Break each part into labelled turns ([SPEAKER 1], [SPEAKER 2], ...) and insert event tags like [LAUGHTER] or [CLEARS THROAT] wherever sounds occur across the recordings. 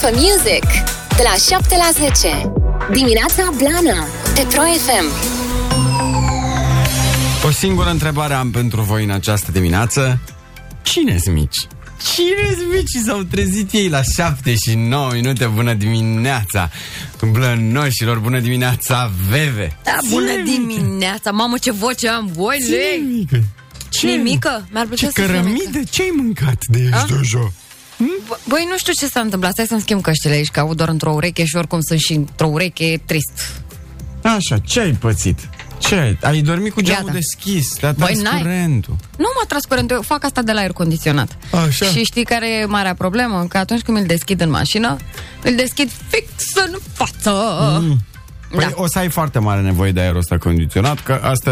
[SPEAKER 1] for Music de la 7 la 10. Dimineața Blana pe Pro FM.
[SPEAKER 2] O singură întrebare am pentru voi în această dimineață. cine sunt mici? cine sunt mici? S-au trezit ei la 7 și 9 minute. Bună dimineața! Blănoșilor, bună dimineața, Veve!
[SPEAKER 3] Da, bună dimineața! Mamă, ce voce am! Voi, lei!
[SPEAKER 2] mică?
[SPEAKER 3] Ce e mică? Mi-ar plăcea
[SPEAKER 2] Ce
[SPEAKER 3] să fie Ah? mică.
[SPEAKER 2] cărămidă? Ce ai mâncat de ești de jo?
[SPEAKER 3] B- Băi, nu știu ce s-a întâmplat. Stai să-mi schimb căștile aici, că aud doar într-o ureche și oricum sunt și într-o ureche e trist.
[SPEAKER 2] Așa, ce ai pățit? Ce? ai- Ai dormit cu geamul
[SPEAKER 3] Gata.
[SPEAKER 2] deschis, te-a
[SPEAKER 3] Băi,
[SPEAKER 2] tras
[SPEAKER 3] n-ai.
[SPEAKER 2] curentul.
[SPEAKER 3] Nu m-a tras curentul, eu fac asta de la aer condiționat.
[SPEAKER 2] Așa.
[SPEAKER 3] Și știi care e marea problemă? Că atunci când îl deschid în mașină, îl deschid fix în față. Mm.
[SPEAKER 2] Păi da. o să ai foarte mare nevoie de aerul ăsta condiționat, că asta,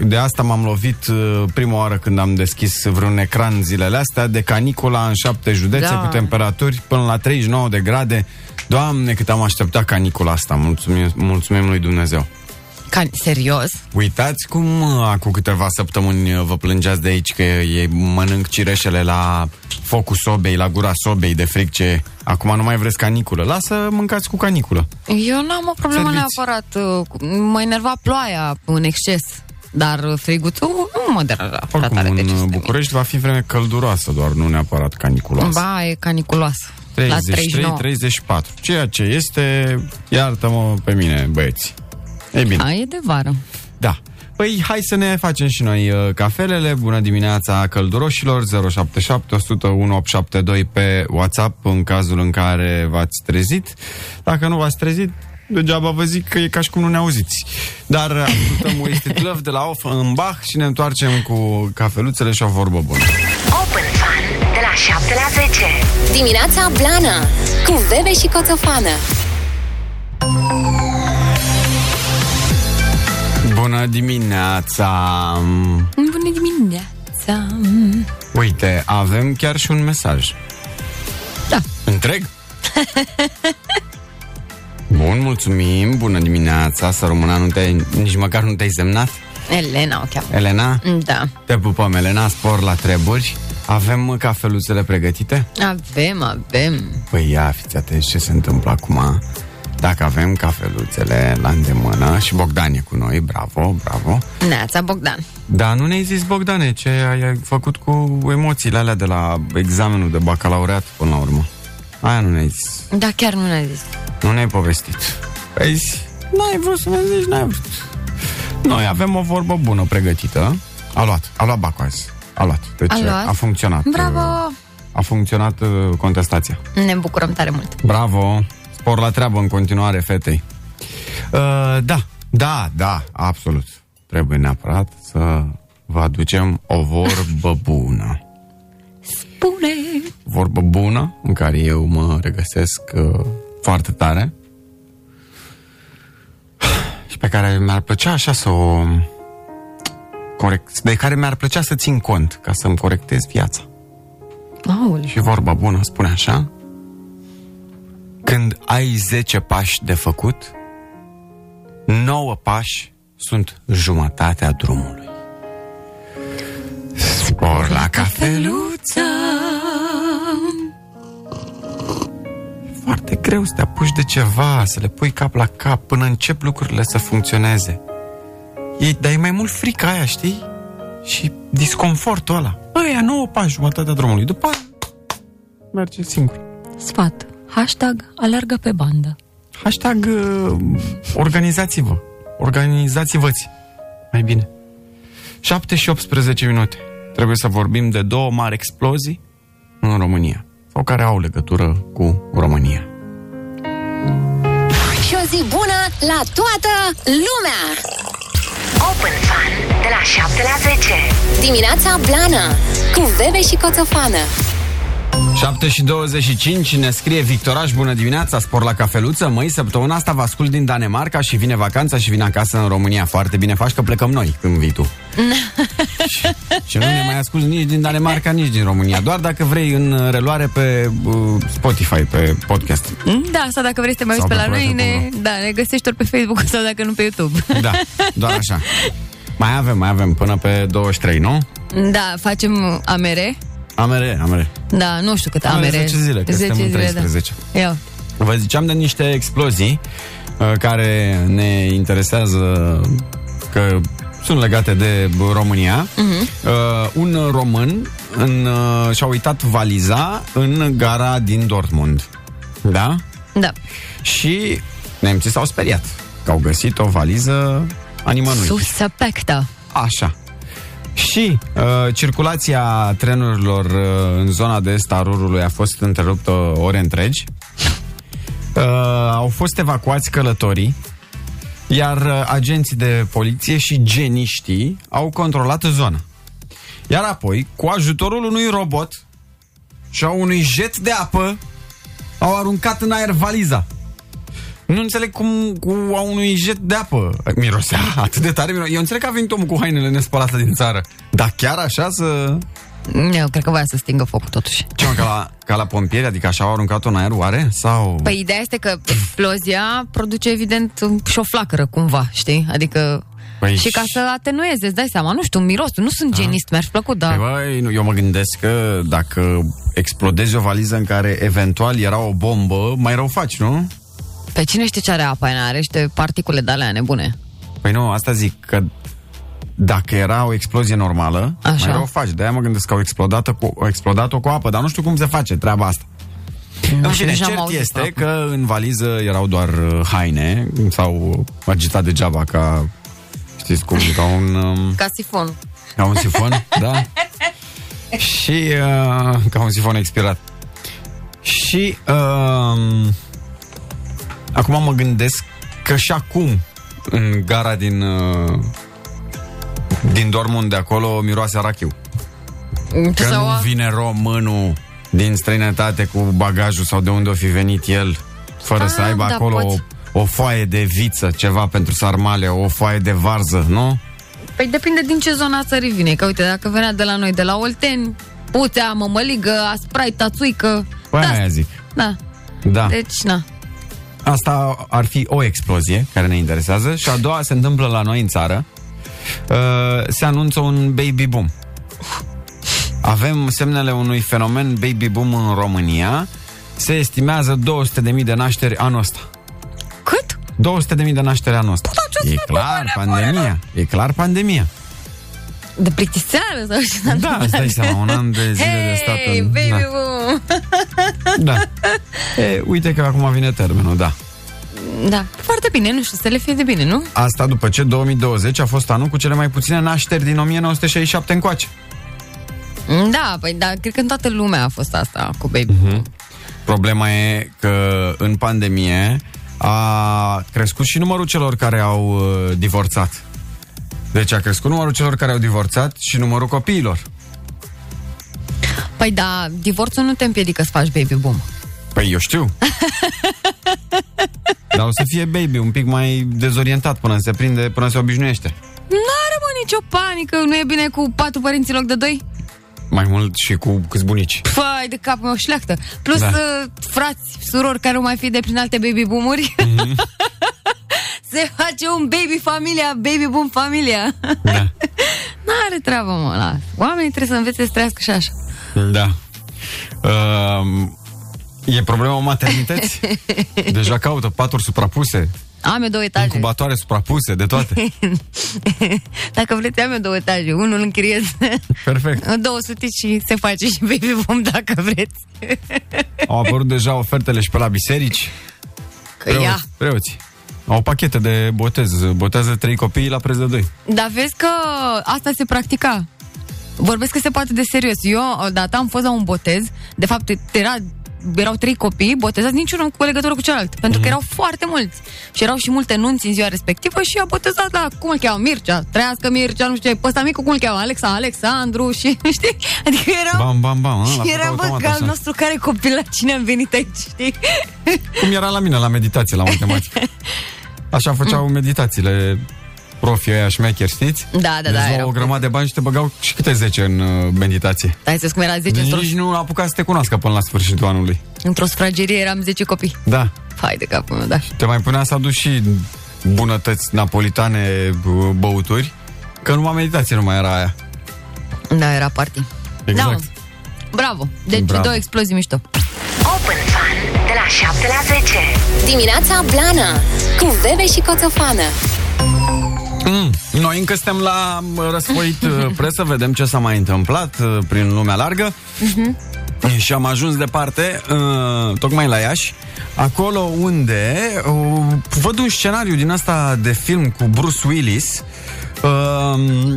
[SPEAKER 2] de asta m-am lovit uh, prima oară când am deschis vreun ecran zilele astea, de canicula în șapte județe
[SPEAKER 3] Da.
[SPEAKER 2] cu temperaturi până la 39 de grade. Doamne, cât am așteptat canicula asta, mulțumim, mulțumim lui Dumnezeu.
[SPEAKER 3] Ca, serios?
[SPEAKER 2] Uitați cum uh, acum câteva săptămâni uh, vă plângeați de aici că ei mănânc cireșele la focul sobei, la gura sobei de fric ce acum nu mai vreți caniculă. Lasă, mâncați cu caniculă.
[SPEAKER 3] Eu n-am o problemă
[SPEAKER 2] Serviți.
[SPEAKER 3] neapărat. uh, cu- Mă enerva ploaia în exces. Dar uh, friguțul nu mă deranja prea
[SPEAKER 2] Oricum,
[SPEAKER 3] tare. deci
[SPEAKER 2] în uh,
[SPEAKER 3] este mic.
[SPEAKER 2] București va fi vreme călduroasă doar, nu neapărat caniculoasă.
[SPEAKER 3] Ba, e caniculoasă. la 39.
[SPEAKER 2] 33-34, ceea ce este, iartă-mă pe mine, băieți. E bine,
[SPEAKER 3] A, e de vară.
[SPEAKER 2] da. Păi hai să ne facem și noi uh, cafelele. Bună dimineața călduroșilor, 077 101 872 pe WhatsApp în cazul în care v-ați trezit. Dacă nu v-ați trezit, degeaba vă zic că e ca și cum nu ne auziți. Dar uh,
[SPEAKER 3] [LAUGHS]
[SPEAKER 2] ascultăm Wasted Love de la Off în Bach și ne întoarcem cu cafeluțele și o vorbă bună.
[SPEAKER 4] Open Fun de la 7 la 10.
[SPEAKER 1] Dimineața Blana cu Bebe și Coțofană.
[SPEAKER 2] Bună dimineața!
[SPEAKER 3] Bună dimineața!
[SPEAKER 2] Uite, avem chiar și un mesaj.
[SPEAKER 3] Da.
[SPEAKER 2] Întreg? Bun, mulțumim, bună dimineața, să rămâna, nu te-ai, nici măcar nu te-ai semnat.
[SPEAKER 3] Elena o cheamă.
[SPEAKER 2] Elena,
[SPEAKER 3] Da.
[SPEAKER 2] te pupăm, Elena, spor la treburi. Avem mă, cafeluțele pregătite?
[SPEAKER 3] Avem, avem.
[SPEAKER 2] Păi ia, fiți atenți ce se întâmplă acum. Dacă avem cafeluțele la îndemână și Bogdan e cu noi, bravo, bravo.
[SPEAKER 3] Neața Bogdan.
[SPEAKER 2] Dar nu ne-ai zis, Bogdane, ce ai ai făcut cu emoțiile alea de la examenul de bacalaureat până la urmă? Aia nu ne-ai zis.
[SPEAKER 3] Da, chiar nu ne-a zis.
[SPEAKER 2] Nu ne-ai povestit. Păi zi, n-ai vrut să ne zici, n-ai vrut. Noi avem o vorbă bună pregătită. A luat, a luat bacul azi. A luat. Deci
[SPEAKER 3] A luat?
[SPEAKER 2] a funcționat.
[SPEAKER 3] Bravo!
[SPEAKER 2] uh, A funcționat uh, contestația.
[SPEAKER 3] Ne bucurăm tare mult.
[SPEAKER 2] Bravo! Spor la treabă în continuare, fetei. Uh, da, da, da, absolut. Trebuie neapărat să vă aducem o vorbă [LAUGHS] bună.
[SPEAKER 3] Pune!
[SPEAKER 2] Vorbă bună în care eu mă regăsesc uh, foarte tare [SIGHS] și pe care mi-ar plăcea așa să o corect, de care mi-ar plăcea să țin cont ca să-mi corectez viața.
[SPEAKER 3] Aul.
[SPEAKER 2] Și vorba bună spune așa Când ai 10 pași de făcut 9 pași sunt jumătatea drumului Spor la cafeluță E Foarte greu să te apuci de ceva Să le pui cap la cap Până încep lucrurile să funcționeze e, Dar e mai mult frica aia, știi? Și disconfortul ăla Aia 9 pași, jumătatea drumului După aia merge singur.
[SPEAKER 3] Sfat. Hashtag alergă pe bandă.
[SPEAKER 2] Hashtag uh, organizați-vă. Organizați-văți. Mai bine. 7 și 18 minute. Trebuie să vorbim de două mari explozii în România. Sau care au legătură cu România.
[SPEAKER 1] Și o zi bună la toată lumea!
[SPEAKER 4] Open Fun de la 7 la 10.
[SPEAKER 1] Dimineața Blana cu Bebe și Coțofană.
[SPEAKER 2] 7 și 25 ne scrie Victoraș, bună dimineața, spor la cafeluță. Măi, săptămâna asta vă ascult din Danemarca și vine vacanța și vin acasă în România. Foarte bine faci că plecăm noi când vii [LAUGHS] tu. și, și nu ne mai ascult nici din Danemarca, nici din România. Doar dacă vrei în reluare pe uh, Spotify, pe podcast.
[SPEAKER 3] Da, sau dacă vrei să te mai
[SPEAKER 2] Sau
[SPEAKER 3] uiți pe
[SPEAKER 2] pe
[SPEAKER 3] la noi, ne,
[SPEAKER 2] proiectul
[SPEAKER 3] da, ne găsești ori pe Facebook sau dacă nu pe YouTube.
[SPEAKER 2] Da, doar așa. Mai avem, mai avem până pe 23, nu?
[SPEAKER 3] Da, facem amere.
[SPEAKER 2] Amere, amere.
[SPEAKER 3] Da, nu știu cât
[SPEAKER 2] Amere
[SPEAKER 3] amere.
[SPEAKER 2] 10 zile, da. că suntem în 13.
[SPEAKER 3] Da. Ia.
[SPEAKER 2] Vă ziceam de niște explozii uh, care ne interesează că sunt legate de bă, România. Uh-huh. Uh, un român în, uh, și-a uitat valiza în gara din Dortmund. Da?
[SPEAKER 3] Da.
[SPEAKER 2] Și nemții s-au speriat că au găsit o valiză a nimănui.
[SPEAKER 3] Suspectă.
[SPEAKER 2] Așa. Și uh, circulația trenurilor uh, în zona de est a Rurului a fost întreruptă ore întregi. Uh, au fost evacuați călătorii, iar uh, agenții de poliție și geniștii au controlat zona. Iar apoi, cu ajutorul unui robot și a unui jet de apă, au aruncat în aer valiza. Nu înțeleg cum cu a unui jet de apă mirosea atât de tare. Miro... Eu înțeleg că a venit omul cu hainele nespălate din țară. Dar chiar așa să...
[SPEAKER 3] Eu cred că voia să stingă focul totuși.
[SPEAKER 2] Ce mă, ca la, ca la pompieri? Adică așa au aruncat-o în aer, oare? Sau...
[SPEAKER 3] Păi ideea este că explozia produce evident și o flacără cumva, știi? Adică
[SPEAKER 2] Păi
[SPEAKER 3] păi și ca
[SPEAKER 2] și-
[SPEAKER 3] să atenueze, îți dai seama, nu știu, mirosul, nu sunt genist, mi-ar fi plăcut,
[SPEAKER 2] Păi,
[SPEAKER 3] dar
[SPEAKER 2] băi, nu, eu mă gândesc că dacă explodezi o valiză în care eventual era o bombă, mai rău faci, nu?
[SPEAKER 3] pe cine știe ce are apa în aer, are niște particule de alea nebune.
[SPEAKER 2] Păi nu, asta zic că dacă era o explozie normală,
[SPEAKER 3] Așa.
[SPEAKER 2] mai rău faci. De-aia mă gândesc că au explodat-o cu, au explodat-o cu apă, dar nu știu cum se face treaba asta. În
[SPEAKER 3] știu,
[SPEAKER 2] fine,
[SPEAKER 3] nici n-am
[SPEAKER 2] cert
[SPEAKER 3] auzit
[SPEAKER 2] este
[SPEAKER 3] până
[SPEAKER 2] că în valiză erau doar uh, haine, s-au agitat degeaba ca, știți cum, ca un, um,
[SPEAKER 3] Ca sifon.
[SPEAKER 2] ca un sifon, da? Și uh, ca un sifon expirat. Și uh, acum mă gândesc că și acum în gara din uh, din Dortmund de acolo miroase a rachiu. Că
[SPEAKER 3] Sau
[SPEAKER 2] nu
[SPEAKER 3] a-
[SPEAKER 2] vine românul din străinătate cu bagajul sau de unde o fi venit el, fără
[SPEAKER 3] Ah,
[SPEAKER 2] să aibă
[SPEAKER 3] da,
[SPEAKER 2] acolo
[SPEAKER 3] poți.
[SPEAKER 2] o, o foaie de viță, ceva pentru sarmale, o foaie de varză, nu?
[SPEAKER 3] Păi depinde din ce zona a țării vine. Că uite, dacă venea de la noi, de la Olteni, puțea, mămăligă, aspraită, tațuică.
[SPEAKER 2] Păi
[SPEAKER 3] da,
[SPEAKER 2] aia zic.
[SPEAKER 3] da,
[SPEAKER 2] Da.
[SPEAKER 3] deci na.
[SPEAKER 2] Asta ar fi o explozie care ne interesează și a doua se întâmplă la noi în țară. Uh, se anunță un baby boom. Avem semnele unui fenomen baby boom în România. Se estimează 200.000 de nașteri anul ăsta.
[SPEAKER 3] Cât?
[SPEAKER 2] 200.000 de nașteri anul ăsta.
[SPEAKER 3] ce
[SPEAKER 2] E
[SPEAKER 3] Păi, să
[SPEAKER 2] clar
[SPEAKER 3] facă,
[SPEAKER 2] pandemia. E clar pandemia.
[SPEAKER 3] De plictiseară sau ce s-a
[SPEAKER 2] Da,
[SPEAKER 3] întâmplat?
[SPEAKER 2] îți dai seama, un an de zile de stat
[SPEAKER 3] Hei,
[SPEAKER 2] în-
[SPEAKER 3] baby
[SPEAKER 2] da.
[SPEAKER 3] boom!
[SPEAKER 2] Da. E, uite că acum vine termenul, da.
[SPEAKER 3] Da, foarte bine, nu știu, să le fie de bine, nu?
[SPEAKER 2] Asta după ce 2020 a fost anul cu cele mai puține nașteri din 1967 încoace.
[SPEAKER 3] Da, păi da, cred că în toată lumea a fost asta cu baby
[SPEAKER 2] Mhm.
[SPEAKER 3] boom.
[SPEAKER 2] Problema e că în pandemie a crescut și numărul celor care au uh, divorțat. Deci a crescut numărul celor care au divorțat și numărul copiilor.
[SPEAKER 3] Păi da, divorțul nu te împiedică să faci baby boom.
[SPEAKER 2] Păi eu știu. Dar o să fie baby un pic mai dezorientat până se prinde, până se obișnuiește.
[SPEAKER 3] N-are mă nicio panică, nu e bine cu patru părinți în loc de doi?
[SPEAKER 2] Mai mult și cu câți bunici.
[SPEAKER 3] Fai de capul meu, șleactă. Plus
[SPEAKER 2] Da.
[SPEAKER 3] da. frați, surori care au mai fi de prin alte baby boom-uri.
[SPEAKER 2] Mhm.
[SPEAKER 3] [LAUGHS] Se face un baby familia, baby boom familia.
[SPEAKER 2] Da.
[SPEAKER 3] [LAUGHS] N-are treabă, mă, las. Oamenii trebuie să învețe să trăiască și așa.
[SPEAKER 2] Da. Uh, e problema maternității. Deja caută paturi suprapuse,
[SPEAKER 3] Am eu două etaje.
[SPEAKER 2] incubatoare suprapuse, de toate.
[SPEAKER 3] [LAUGHS] Dacă vreți, am eu două etaje. Unul închiriez,
[SPEAKER 2] Perfect.
[SPEAKER 3] două sute și se face și baby boom dacă vreți.
[SPEAKER 2] Au apărut deja ofertele și pe la biserici.
[SPEAKER 3] Că ia.
[SPEAKER 2] preoți. Au pachete de botez. Botează trei copii la preț de doi.
[SPEAKER 3] Dar vezi că asta se practica. Vorbesc că se poate de serios. Eu odată am fost la un botez, de fapt era, erau trei copii botezați niciunul cu legătură cu celălalt,
[SPEAKER 2] Mhm.
[SPEAKER 3] pentru mm-hmm. că erau foarte mulți. Și erau și multe nunți în ziua respectivă și a botezat la, cum îl cheamă, Mircea, trăiască Mircea, nu știu ce, pe ăsta micu cum îl cheamă, Alexa, Alexandru și, [LAUGHS] știi? Adică erau...
[SPEAKER 2] Bam, bam, bam. a, la
[SPEAKER 3] și era,
[SPEAKER 2] făcut
[SPEAKER 3] bă,
[SPEAKER 2] automat,
[SPEAKER 3] că al
[SPEAKER 2] așa.
[SPEAKER 3] nostru care copil la cine am venit aici, știi?
[SPEAKER 2] Cum era la mine la meditație, la
[SPEAKER 3] [LAUGHS]
[SPEAKER 2] matematică. Așa făceau meditațiile profii ăia șmecheri, știți?
[SPEAKER 3] Da, da, da,
[SPEAKER 2] Deci luau
[SPEAKER 3] erau
[SPEAKER 2] o grămadă de bani și te băgau și câte 10 în uh, meditație.
[SPEAKER 3] Hai să cum era 10 Deci într-o,
[SPEAKER 2] Nici nu apuca să te cunoască până la sfârșitul anului.
[SPEAKER 3] într-o sfragerie, eram 10 copii.
[SPEAKER 2] Da.
[SPEAKER 3] Hai de capul meu, da.
[SPEAKER 2] Te mai punea să aduci și bunătăți napolitane, bă- băuturi, că numai meditație nu mai era aia.
[SPEAKER 3] Da, era party.
[SPEAKER 2] Exact.
[SPEAKER 3] Da, mă. Bravo. Deci
[SPEAKER 2] Bravo.
[SPEAKER 3] Bravo. două explozii mișto.
[SPEAKER 4] Open Fun de la la 7 la 10.
[SPEAKER 1] Dimineața Blana Cu Bebe și Coțofană
[SPEAKER 2] Mm. Noi încă suntem la m, răsfoit uh, presă, vedem ce s-a mai întâmplat uh, prin lumea largă. Și am ajuns departe, uh, tocmai la Iași, acolo unde uh, văd un scenariu din asta de film cu Bruce Willis, uh,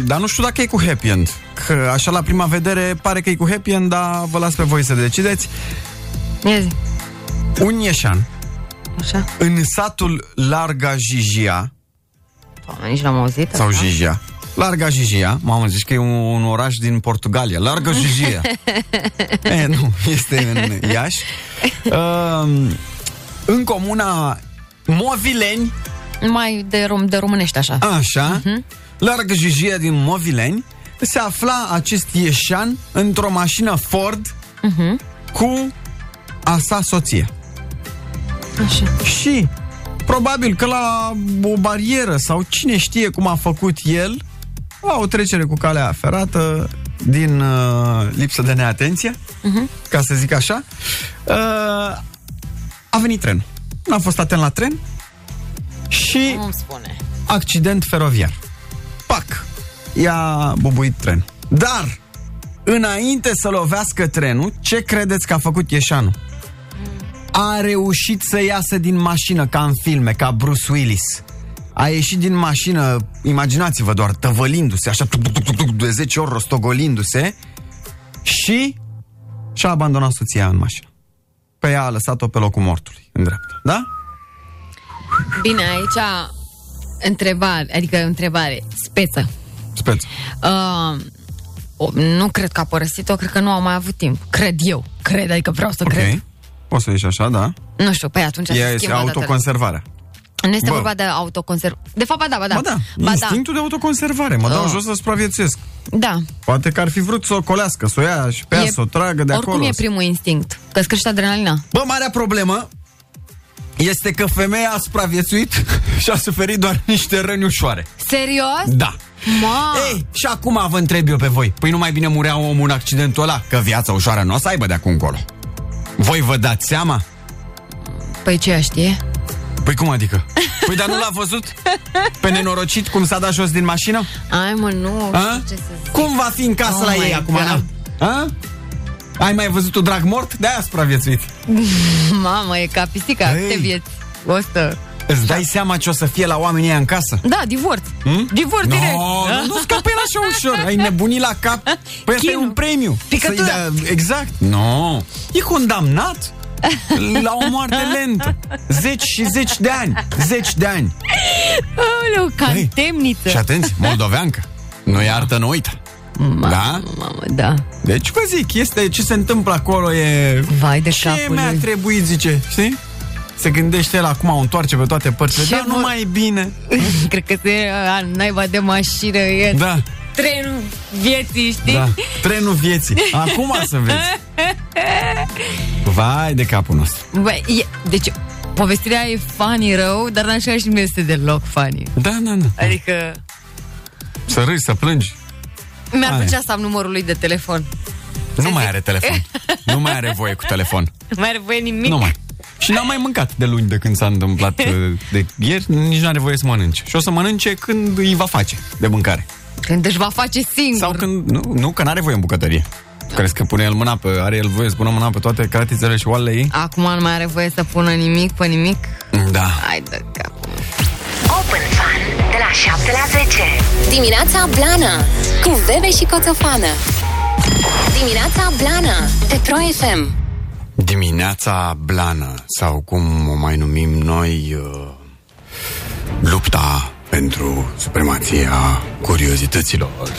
[SPEAKER 2] dar nu știu dacă e cu happy end. Că așa la prima vedere pare că e cu happy end, dar vă las pe voi să decideți.
[SPEAKER 3] Ia zi.
[SPEAKER 2] Un ieșan
[SPEAKER 3] Așa.
[SPEAKER 2] în satul Larga Jijia,
[SPEAKER 3] Doamne, nici n-am auzit.
[SPEAKER 2] Sau
[SPEAKER 3] așa.
[SPEAKER 2] Jijia. Larga Jijia. Mamă, zici că e un, un oraș din Portugalia. Larga Jijia. e, nu, este în Iași. Uh, în comuna Movileni,
[SPEAKER 3] Mai de, rom, de românești așa.
[SPEAKER 2] așa, uh-huh. Larga Jijia din Movileni, se afla acest ieșan într-o mașină Ford uh-huh. cu a sa soție.
[SPEAKER 3] Așa.
[SPEAKER 2] Și probabil că la o barieră sau cine știe cum a făcut el, la o trecere cu calea ferată din uh, lipsă de neatenție, uh-huh. ca să zic așa, uh, a venit tren. N-a fost atent la tren și
[SPEAKER 3] Nu-mi spune.
[SPEAKER 2] accident feroviar. Pac! I-a bubuit tren. Dar, înainte să lovească trenul, ce credeți că a făcut Ieșanu? A reușit să iasă din mașină, ca în filme, ca Bruce Willis. A ieșit din mașină, imaginați-vă doar, tăvălindu-se, așa, tuc, tuc, tuc, tuc, tuc, de 10 ori rostogolindu-se și și-a abandonat soția în mașină. Pe ea a lăsat-o pe locul mortului, în dreapta. Da?
[SPEAKER 3] Bine, aici întrebare, adică întrebare, speță.
[SPEAKER 2] Speță.
[SPEAKER 3] Uh, o- nu cred că a părăsit-o, cred că nu am mai avut timp. Cred eu. Cred, adică vreau să
[SPEAKER 2] Ok.
[SPEAKER 3] cred.
[SPEAKER 2] Poți să ieși așa, da?
[SPEAKER 3] Nu știu, păi atunci
[SPEAKER 2] Ea
[SPEAKER 3] se
[SPEAKER 2] este
[SPEAKER 3] schimbă
[SPEAKER 2] autoconservarea.
[SPEAKER 3] datele. Nu este
[SPEAKER 2] Bă.
[SPEAKER 3] vorba de autoconserv. De fapt, ba da, ba da.
[SPEAKER 2] Ba da, ba instinctul da. de autoconservare. Mă dau
[SPEAKER 3] Ah.
[SPEAKER 2] jos să supraviețuiesc.
[SPEAKER 3] da.
[SPEAKER 2] Poate că ar fi vrut să o colească, să o ia și pe ea,
[SPEAKER 3] E-
[SPEAKER 2] să o tragă de
[SPEAKER 3] Oricum
[SPEAKER 2] acolo.
[SPEAKER 3] e primul instinct, că îți crește adrenalina.
[SPEAKER 2] Bă, marea problemă este că femeia a supraviețuit [LAUGHS] și a suferit doar niște răni ușoare.
[SPEAKER 3] Serios?
[SPEAKER 2] Da.
[SPEAKER 3] Ma,
[SPEAKER 2] Ei, și acum vă întreb eu pe voi. Păi nu mai bine murea omul în accidentul ăla, că viața ușoară nu o să aibă de acum încolo. Voi vă dați seama?
[SPEAKER 3] păi ce ea știe?
[SPEAKER 2] Păi cum adică? Păi dar nu l-a văzut? Pe nenorocit cum s-a dat jos din mașină?
[SPEAKER 3] Ai mă, nu
[SPEAKER 2] A?
[SPEAKER 3] știu ce să zic.
[SPEAKER 2] Cum va fi în casă
[SPEAKER 3] Oh
[SPEAKER 2] oh la ei
[SPEAKER 3] my
[SPEAKER 2] acum?
[SPEAKER 3] God.
[SPEAKER 2] na? A? Ai mai văzut un drag mort? De-aia a supraviețuit.
[SPEAKER 3] Mamă, e ca pisica,
[SPEAKER 2] Ei.
[SPEAKER 3] te vieți. 100.
[SPEAKER 2] Îți dai seama ce o să fie la oamenii ăia în casă?
[SPEAKER 3] Da, divorț.
[SPEAKER 2] Hmm?
[SPEAKER 3] Divorț
[SPEAKER 2] No,
[SPEAKER 3] direct.
[SPEAKER 2] nu, nu scapă el așa ușor. Ai nebunit la cap. Păi asta e
[SPEAKER 3] Chinul.
[SPEAKER 2] un premiu.
[SPEAKER 3] Picătura.
[SPEAKER 2] Să-i dea- exact. Nu. No. E condamnat la o moarte lentă. Zeci și zeci de ani. Zeci de ani.
[SPEAKER 3] Aoleu, ca
[SPEAKER 2] Ei.
[SPEAKER 3] în temniță.
[SPEAKER 2] Și atenți, moldoveancă. Nu iartă, nu uită.
[SPEAKER 3] Mamă,
[SPEAKER 2] Da?
[SPEAKER 3] Mamă, da.
[SPEAKER 2] Deci vă zic, este ce se întâmplă acolo e...
[SPEAKER 3] Vai de
[SPEAKER 2] ce
[SPEAKER 3] capul
[SPEAKER 2] mi-a
[SPEAKER 3] lui.
[SPEAKER 2] trebuit, zice, știi? Se gândește el acum, o întoarce pe toate părțile,
[SPEAKER 3] Ce
[SPEAKER 2] dar nu
[SPEAKER 3] vor-
[SPEAKER 2] mai e bine.
[SPEAKER 3] [LAUGHS] Cred că se a, naiba de mașină, e da.
[SPEAKER 2] Da,
[SPEAKER 3] trenul vieții, știi?
[SPEAKER 2] da. Trenul vieții. Acum să vezi. Vai de capul nostru.
[SPEAKER 3] Bă, e, deci, povestirea e funny rău, dar în același timp nu este deloc funny.
[SPEAKER 2] Da, da, da.
[SPEAKER 3] Adică,
[SPEAKER 2] Să râzi, să plângi.
[SPEAKER 3] mi-ar
[SPEAKER 2] Aia.
[SPEAKER 3] plăcea să am numărul lui de telefon.
[SPEAKER 2] Nu mai are telefon. Nu mai are voie cu telefon.
[SPEAKER 3] Nu mai are voie nimic.
[SPEAKER 2] Nu mai. Și n-am mai mâncat de luni de când s-a întâmplat uh, de ieri, nici nu are voie să mănânce. Și o să mănânce când îi va face de mâncare.
[SPEAKER 3] Când își Deci va face singur.
[SPEAKER 2] Sau când, nu, nu că n-are voie în bucătărie. Crezi că pune el mâna pe, are el voie să pună mâna pe toate cratițele și oalele ei?
[SPEAKER 3] Acum nu mai are voie să pună nimic pe nimic.
[SPEAKER 2] Da.
[SPEAKER 3] Hai de cap.
[SPEAKER 4] Open Fun de la 7 la 10.
[SPEAKER 1] Dimineața Blana Cu Bebe și Coțofană Dimineața Blana Pe Pro FM
[SPEAKER 2] Dimineața blană, sau cum o mai numim noi, uh, lupta pentru supremația curiozităților.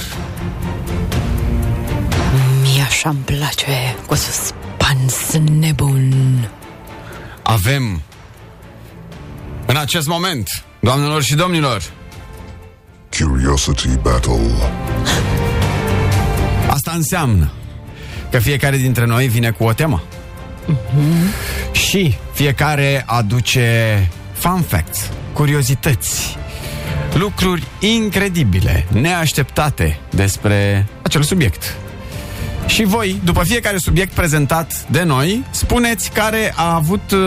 [SPEAKER 3] Mie așa îmi place, cu suspans nebun.
[SPEAKER 2] Avem în acest moment, doamnelor și domnilor,
[SPEAKER 5] Curiosity Battle.
[SPEAKER 2] Asta înseamnă că fiecare dintre noi vine cu o temă. Și fiecare aduce fun facts, curiozități, lucruri incredibile, neașteptate despre acel subiect. Și voi, după fiecare subiect prezentat de noi, spuneți care a avut uh,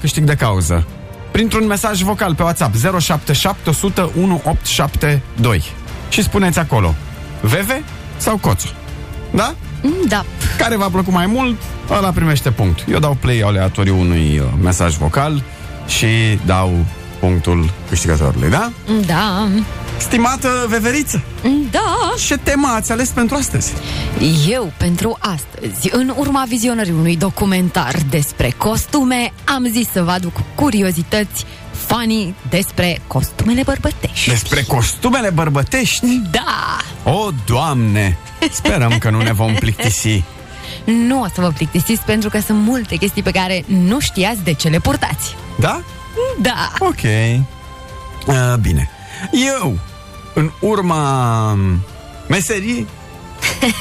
[SPEAKER 2] câștig de cauză. Printr-un mesaj vocal pe WhatsApp 077 1872. Și spuneți acolo Veve sau Coțu. Da?
[SPEAKER 3] Mm, Da.
[SPEAKER 2] Care v-a plăcut mai mult, ăla primește punct. Eu dau play aleatoriu unui uh, mesaj vocal și dau punctul câștigătorului, da?
[SPEAKER 3] Mm, Da.
[SPEAKER 2] Stimată Veveriță,
[SPEAKER 3] Mm, Da.
[SPEAKER 2] ce tema ați ales pentru astăzi?
[SPEAKER 3] Eu, pentru astăzi, în urma vizionării unui documentar despre costume, am zis să vă aduc curiozități fanii despre costumele bărbătești.
[SPEAKER 2] Despre costumele bărbătești?
[SPEAKER 3] Da!
[SPEAKER 2] O, Doamne! Sperăm că nu ne vom plictisi.
[SPEAKER 3] Nu o să vă plictisiți pentru că sunt multe chestii pe care nu știați de ce le purtați.
[SPEAKER 2] Da?
[SPEAKER 3] Da!
[SPEAKER 2] Ok. Uh, bine. Eu, în urma um, meseriei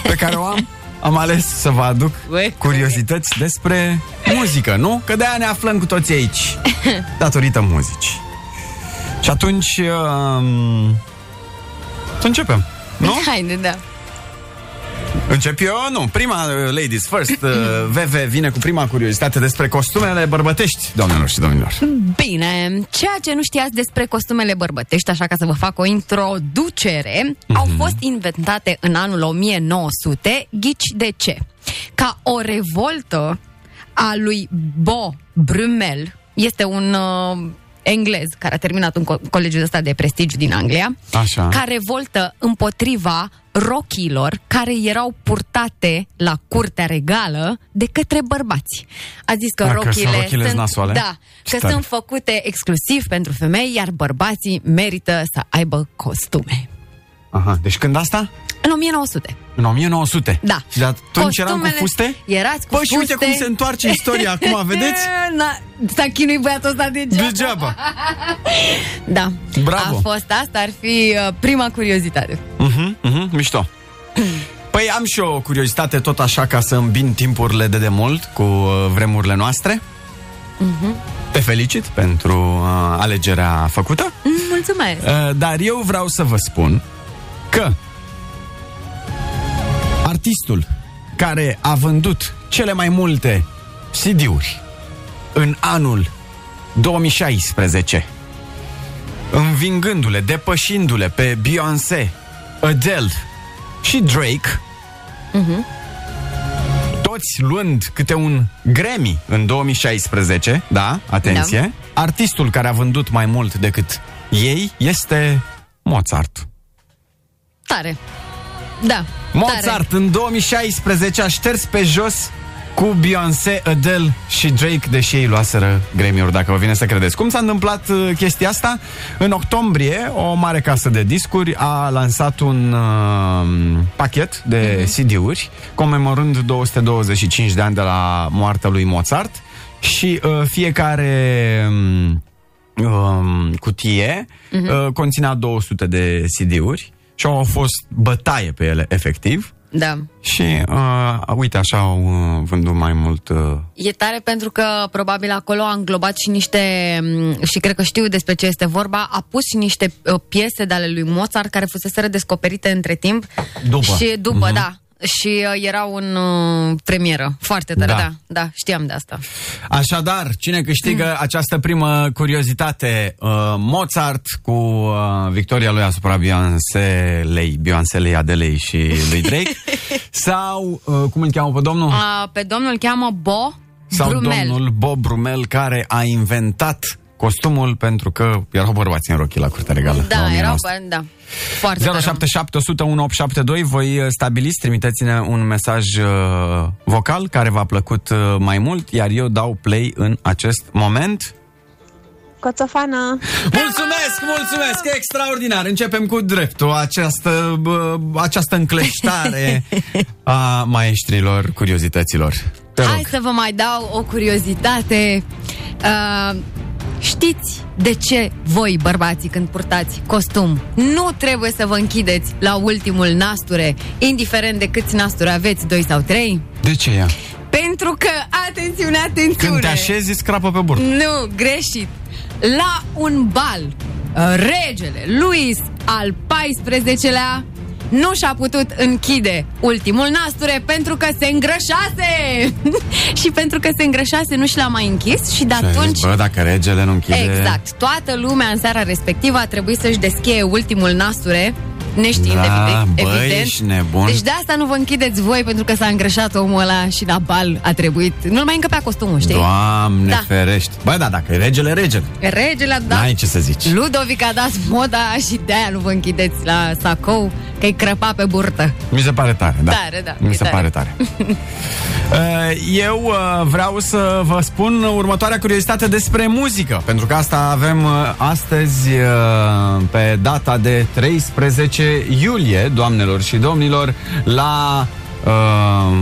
[SPEAKER 2] pe care o am, am ales să vă aduc
[SPEAKER 3] Băi.
[SPEAKER 2] curiozități despre muzică, nu? Că de-aia ne aflăm cu toții aici, datorită muzicii. Și atunci, um, să începem, nu?
[SPEAKER 3] Haide, da.
[SPEAKER 2] Încep eu? Nu. Prima, uh, ladies first,
[SPEAKER 3] [CLEARS THROAT]
[SPEAKER 2] uh, VV vine cu prima curiozitate despre costumele bărbătești, doamnelor și domnilor.
[SPEAKER 3] Bine, ceea ce nu știați despre costumele bărbătești, așa ca să vă fac o introducere, mm-hmm. au fost inventate în anul 1900, ghici de ce? Ca o revoltă a lui Bo Brumel, este un uh, englez care a terminat un co- colegiu ăsta de prestigiu din Anglia,
[SPEAKER 2] Așa.
[SPEAKER 3] ca revoltă împotriva rochilor care erau purtate la curtea regală de către bărbați. A zis că
[SPEAKER 2] Da, că
[SPEAKER 3] rochile,
[SPEAKER 2] sunt rochile nasoale?
[SPEAKER 3] Da,
[SPEAKER 2] Ce
[SPEAKER 3] că
[SPEAKER 2] tare.
[SPEAKER 3] sunt făcute exclusiv pentru femei, iar bărbații merită să aibă costume.
[SPEAKER 2] Aha. Deci când asta?
[SPEAKER 3] În 1900,
[SPEAKER 2] În 1900.
[SPEAKER 3] da.
[SPEAKER 2] Și de atunci eram cu fuste?
[SPEAKER 3] Erați cu
[SPEAKER 2] Bă, și uite
[SPEAKER 3] fuste. Da,
[SPEAKER 2] cum se întoarce istoria acum,
[SPEAKER 3] [LAUGHS]
[SPEAKER 2] vedeți?
[SPEAKER 3] Na, s-a chinuit băiatul ăsta degeaba.
[SPEAKER 2] Degeaba.
[SPEAKER 3] Da.
[SPEAKER 2] Bravo.
[SPEAKER 3] A fost asta, ar fi uh, prima curiozitate.
[SPEAKER 2] Mhm, mhm, mișto. Păi am și o curiozitate tot așa ca să îmbin timpurile de demult cu uh, vremurile noastre.
[SPEAKER 3] Mhm.
[SPEAKER 2] Te felicit pentru uh, alegerea făcută.
[SPEAKER 3] Mm, Mulțumesc.
[SPEAKER 2] Uh, dar eu vreau să vă spun că artistul care a vândut cele mai multe CD-uri în anul 2016, învingându-le, depășindu-le pe Beyoncé, Adele și Drake, toți luând câte un Grammy în 2016, da, atenție, da. artistul care a vândut mai mult decât ei este Mozart.
[SPEAKER 3] Tare. Da. Tare.
[SPEAKER 2] Mozart în 2016 a șters pe jos cu Beyoncé, Adele și Drake, deși ei luaseră Grammy-uri, dacă vă vine să credeți. Cum s-a întâmplat uh, chestia asta? În octombrie, o mare casă de discuri a lansat un uh, pachet de CD-uri, comemorând 225 de ani de la moartea lui Mozart și uh, fiecare um, um, cutie uh, conținea 200 de CD-uri și au fost bătaie pe ele, efectiv.
[SPEAKER 3] Da.
[SPEAKER 2] Și uh, uite, așa au uh, vândut mai mult... Uh,
[SPEAKER 3] E tare pentru că probabil acolo a înglobat și niște, m, și cred că știu despre ce este vorba, a pus și niște uh, piese de ale lui Mozart care fusese redescoperite între timp.
[SPEAKER 2] După. Mhm.
[SPEAKER 3] Și după, da. Și uh, erau în uh, premieră. Foarte tare,
[SPEAKER 2] Da.
[SPEAKER 3] da. da. Da, știam de asta.
[SPEAKER 2] Așadar, cine câștigă
[SPEAKER 3] Hmm.
[SPEAKER 2] mm. această primă curiozitate? Uh, Mozart cu uh, victoria lui asupra Beyoncé-lei, Beyoncé-lei Adelei și lui
[SPEAKER 3] [LAUGHS]
[SPEAKER 2] Drake? sau, uh, cum îl cheamă pe domnul?
[SPEAKER 3] Uh, pe domnul îl cheamă Bo
[SPEAKER 2] sau
[SPEAKER 3] Brumel.
[SPEAKER 2] domnul Bob Brumel care a inventat costumul pentru că erau bărbați în rochii la Curtea Regală. la
[SPEAKER 3] Da,
[SPEAKER 2] 1900.
[SPEAKER 3] erau, bă, da. Foarte tare.
[SPEAKER 2] 077 voi uh, stabiliți, trimiteți-ne un mesaj uh, vocal care v-a plăcut uh, mai mult, iar eu dau play în acest moment.
[SPEAKER 5] Coțofană!
[SPEAKER 2] Mulțumesc, mulțumesc, extraordinar. Începem cu dreptul această, bă, această [LAUGHS] încleștare a maestrilor curiozităților. Te rog.
[SPEAKER 3] Hai să vă mai dau o curiozitate. Uh, știți de ce voi, bărbații, când purtați costum, nu trebuie să vă închideți la ultimul nasture, indiferent de câți nasturi aveți, 2 sau 3?
[SPEAKER 2] De ce ea?
[SPEAKER 3] Pentru că, atențiune, atențiune!
[SPEAKER 2] Când te așezi, scrapă pe burtă.
[SPEAKER 3] Nu, greșit. uh, La un bal, regele Luis al XIV-lea nu și-a putut închide ultimul nasture pentru că se îngrășase. [LAUGHS] și pentru că se îngrășase, nu și l-a mai închis și de
[SPEAKER 2] Și ai zis,
[SPEAKER 3] atunci...
[SPEAKER 2] Bă, dacă regele nu închide...
[SPEAKER 3] Exact. Toată lumea în seara respectivă a trebuit să-și deschie ultimul nasture, neștiind,
[SPEAKER 2] Da,
[SPEAKER 3] evident.
[SPEAKER 2] bă,
[SPEAKER 3] evident.
[SPEAKER 2] ești nebun.
[SPEAKER 3] Deci de asta nu vă închideți voi, pentru că s-a îngrășat omul ăla și la bal a trebuit... Nu-l mai încăpea costumul, știi?
[SPEAKER 2] Doamne
[SPEAKER 3] Da.
[SPEAKER 2] ferești. Bă, da, dacă e regele, regele.
[SPEAKER 3] Regele a dat
[SPEAKER 2] N-ai ce să
[SPEAKER 3] Deci-
[SPEAKER 2] zici.
[SPEAKER 3] Ludovic a dat moda și de-aia nu vă închideți la sacou, că-i crăpa pe burtă.
[SPEAKER 2] Mi se pare tare, da.
[SPEAKER 3] Tare, da,
[SPEAKER 2] Mi
[SPEAKER 3] e
[SPEAKER 2] se
[SPEAKER 3] tare.
[SPEAKER 2] pare
[SPEAKER 3] [LAUGHS]
[SPEAKER 2] tare. Uh, Eu uh, vreau să vă spun următoarea curiozitate despre muzică, pentru că asta avem uh, astăzi uh, pe data de 13 iulie, doamnelor și domnilor, la uh,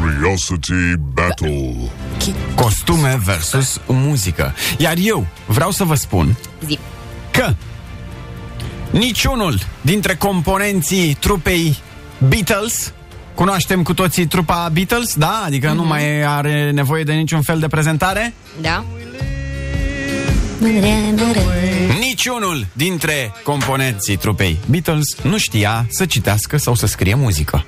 [SPEAKER 6] Curiosity Battle.
[SPEAKER 2] costume versus muzică. Iar eu vreau să vă spun
[SPEAKER 3] Zi.
[SPEAKER 2] că niciunul dintre componenții trupei Beatles Cunoaștem cu toții trupa Beatles, da? Adică mm-hmm. nu mai are nevoie de niciun fel de prezentare?
[SPEAKER 3] Da?
[SPEAKER 2] Niciunul dintre componenții trupei Beatles nu știa să citească sau să scrie muzică.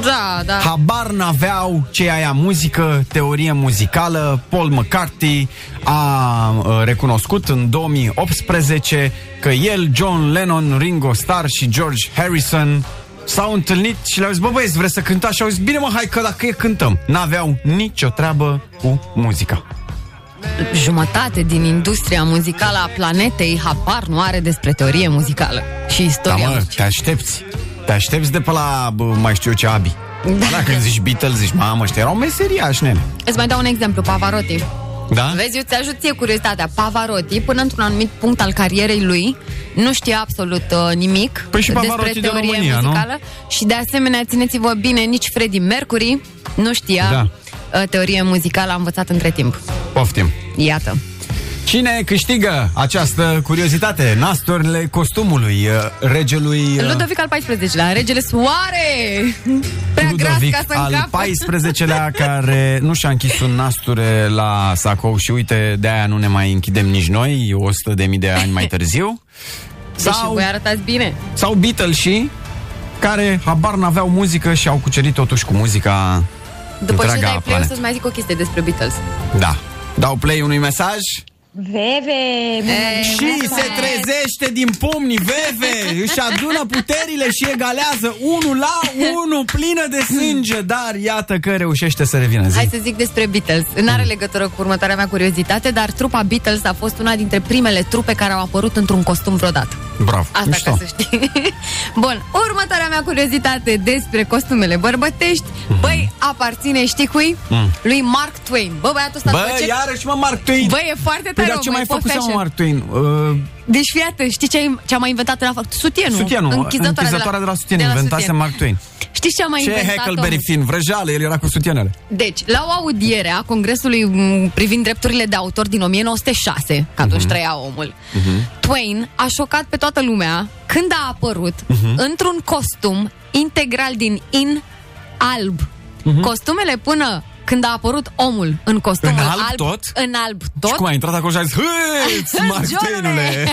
[SPEAKER 3] Da, da.
[SPEAKER 2] Habar n-aveau ce e aia muzică, teorie muzicală. Paul McCartney a uh, recunoscut în 2018 că el, John Lennon, Ringo Starr și George Harrison s-au întâlnit și le-au zis, bă băieți, vreți să cântați? Și au zis, bine mă, hai că dacă e cântăm. N-aveau nicio treabă cu muzica.
[SPEAKER 3] Jumătate din industria muzicală a planetei habar nu are despre teorie muzicală și
[SPEAKER 2] Da,
[SPEAKER 3] istoria
[SPEAKER 2] mă,
[SPEAKER 3] muzicii.
[SPEAKER 2] te aștepți. Te aștepți de pe la, bă, mai știu eu ce, Abi. Da. Dacă zici Beatles, zici, mamă, ăștia erau meseriași, nene.
[SPEAKER 3] Îți mai dau un exemplu, Pavarotti.
[SPEAKER 2] Da?
[SPEAKER 3] Vezi, eu ți-ajut ție curiozitatea. Pavarotti, până într-un anumit punct al carierei lui, nu știa absolut uh, nimic
[SPEAKER 2] Păi și Pavarotti
[SPEAKER 3] despre
[SPEAKER 2] de
[SPEAKER 3] teorie
[SPEAKER 2] România, nu?
[SPEAKER 3] muzicală. Nu? Și de asemenea, țineți-vă bine, nici Freddie Mercury nu știa
[SPEAKER 2] Da.
[SPEAKER 3] uh, teorie muzicală, a învățat între timp.
[SPEAKER 2] Poftim.
[SPEAKER 3] Iată.
[SPEAKER 2] Cine câștigă această curiozitate? Nasturile costumului uh, regelui... uh,
[SPEAKER 3] Ludovic al XIV-lea, regele Soare! Prea gras
[SPEAKER 2] Ludovic
[SPEAKER 3] ca să
[SPEAKER 2] al
[SPEAKER 3] încapă. [LAUGHS]
[SPEAKER 2] 14-lea care nu și-a închis un nasture la sacou și uite, de aia nu ne mai închidem nici noi, 100 de mii de ani mai
[SPEAKER 3] [LAUGHS]
[SPEAKER 2] târziu.
[SPEAKER 3] Deși
[SPEAKER 2] Sau,
[SPEAKER 3] voi arătați bine.
[SPEAKER 2] sau Beatles și care habar n-aveau muzică și au cucerit totuși cu muzica
[SPEAKER 3] După ce
[SPEAKER 2] întreaga
[SPEAKER 3] dai play, o
[SPEAKER 2] planetă.
[SPEAKER 3] să-ți mai zic o chestie despre Beatles.
[SPEAKER 2] Da. Dau play unui mesaj
[SPEAKER 5] Veve!
[SPEAKER 2] și se trezește din pumni, Veve, își adună puterile și egalează unul la unul plină de sânge, dar iată că reușește să revină zi.
[SPEAKER 3] Hai să zic despre Beatles. Nu are legătură cu următoarea mea curiozitate, dar trupa Beatles a fost una dintre primele trupe care au apărut într-un costum vreodată.
[SPEAKER 2] Bravo,
[SPEAKER 3] Asta Mișto. ca să știi. [LAUGHS] Bun, următoarea mea curiozitate despre costumele bărbătești,
[SPEAKER 2] Mhm.
[SPEAKER 3] băi, aparține, știi cui? Lui Mark Twain. Bă, băiatul ăsta
[SPEAKER 2] Mm. Bă,
[SPEAKER 3] face...
[SPEAKER 2] iarăși mă, Mark Twain!
[SPEAKER 3] Bă, e foarte
[SPEAKER 2] Păi,
[SPEAKER 3] tare
[SPEAKER 2] dar
[SPEAKER 3] om,
[SPEAKER 2] ce
[SPEAKER 3] e
[SPEAKER 2] mai
[SPEAKER 3] pop
[SPEAKER 2] făcut seama
[SPEAKER 3] fashion.
[SPEAKER 2] Mark Twain? Uh,
[SPEAKER 3] Deci fii atent, știi ce, ai- ce a mai inventat la fapt? Sutienul.
[SPEAKER 2] sutienul,
[SPEAKER 3] Închizătoarea,
[SPEAKER 2] închizătoarea de la sutien, inventase
[SPEAKER 3] sutien.
[SPEAKER 2] Mark
[SPEAKER 3] [LAUGHS]
[SPEAKER 2] Twain.
[SPEAKER 3] Știi ce a mai
[SPEAKER 2] Ce
[SPEAKER 3] inventat
[SPEAKER 2] Huckleberry Finn, vrăjeală, el era cu sutienele.
[SPEAKER 3] Deci, la o audiere a Congresului m, privind drepturile de autor din 1906, că atunci
[SPEAKER 2] Mhm.
[SPEAKER 3] uh-huh. trăia omul, uh-huh. Twain a șocat pe toată lumea când a apărut
[SPEAKER 2] Mhm.
[SPEAKER 3] uh-huh. într-un costum integral din in alb.
[SPEAKER 2] Mhm.
[SPEAKER 3] Uh-huh. Costumele până când a apărut omul în costumul
[SPEAKER 2] În alb
[SPEAKER 3] alb
[SPEAKER 2] tot?
[SPEAKER 3] în alb tot,
[SPEAKER 2] Și cum a intrat acolo și a zis,
[SPEAKER 3] [LAUGHS]
[SPEAKER 2] hăiți, Mark
[SPEAKER 3] Johnule!"
[SPEAKER 2] Twainule!
[SPEAKER 3] [LAUGHS]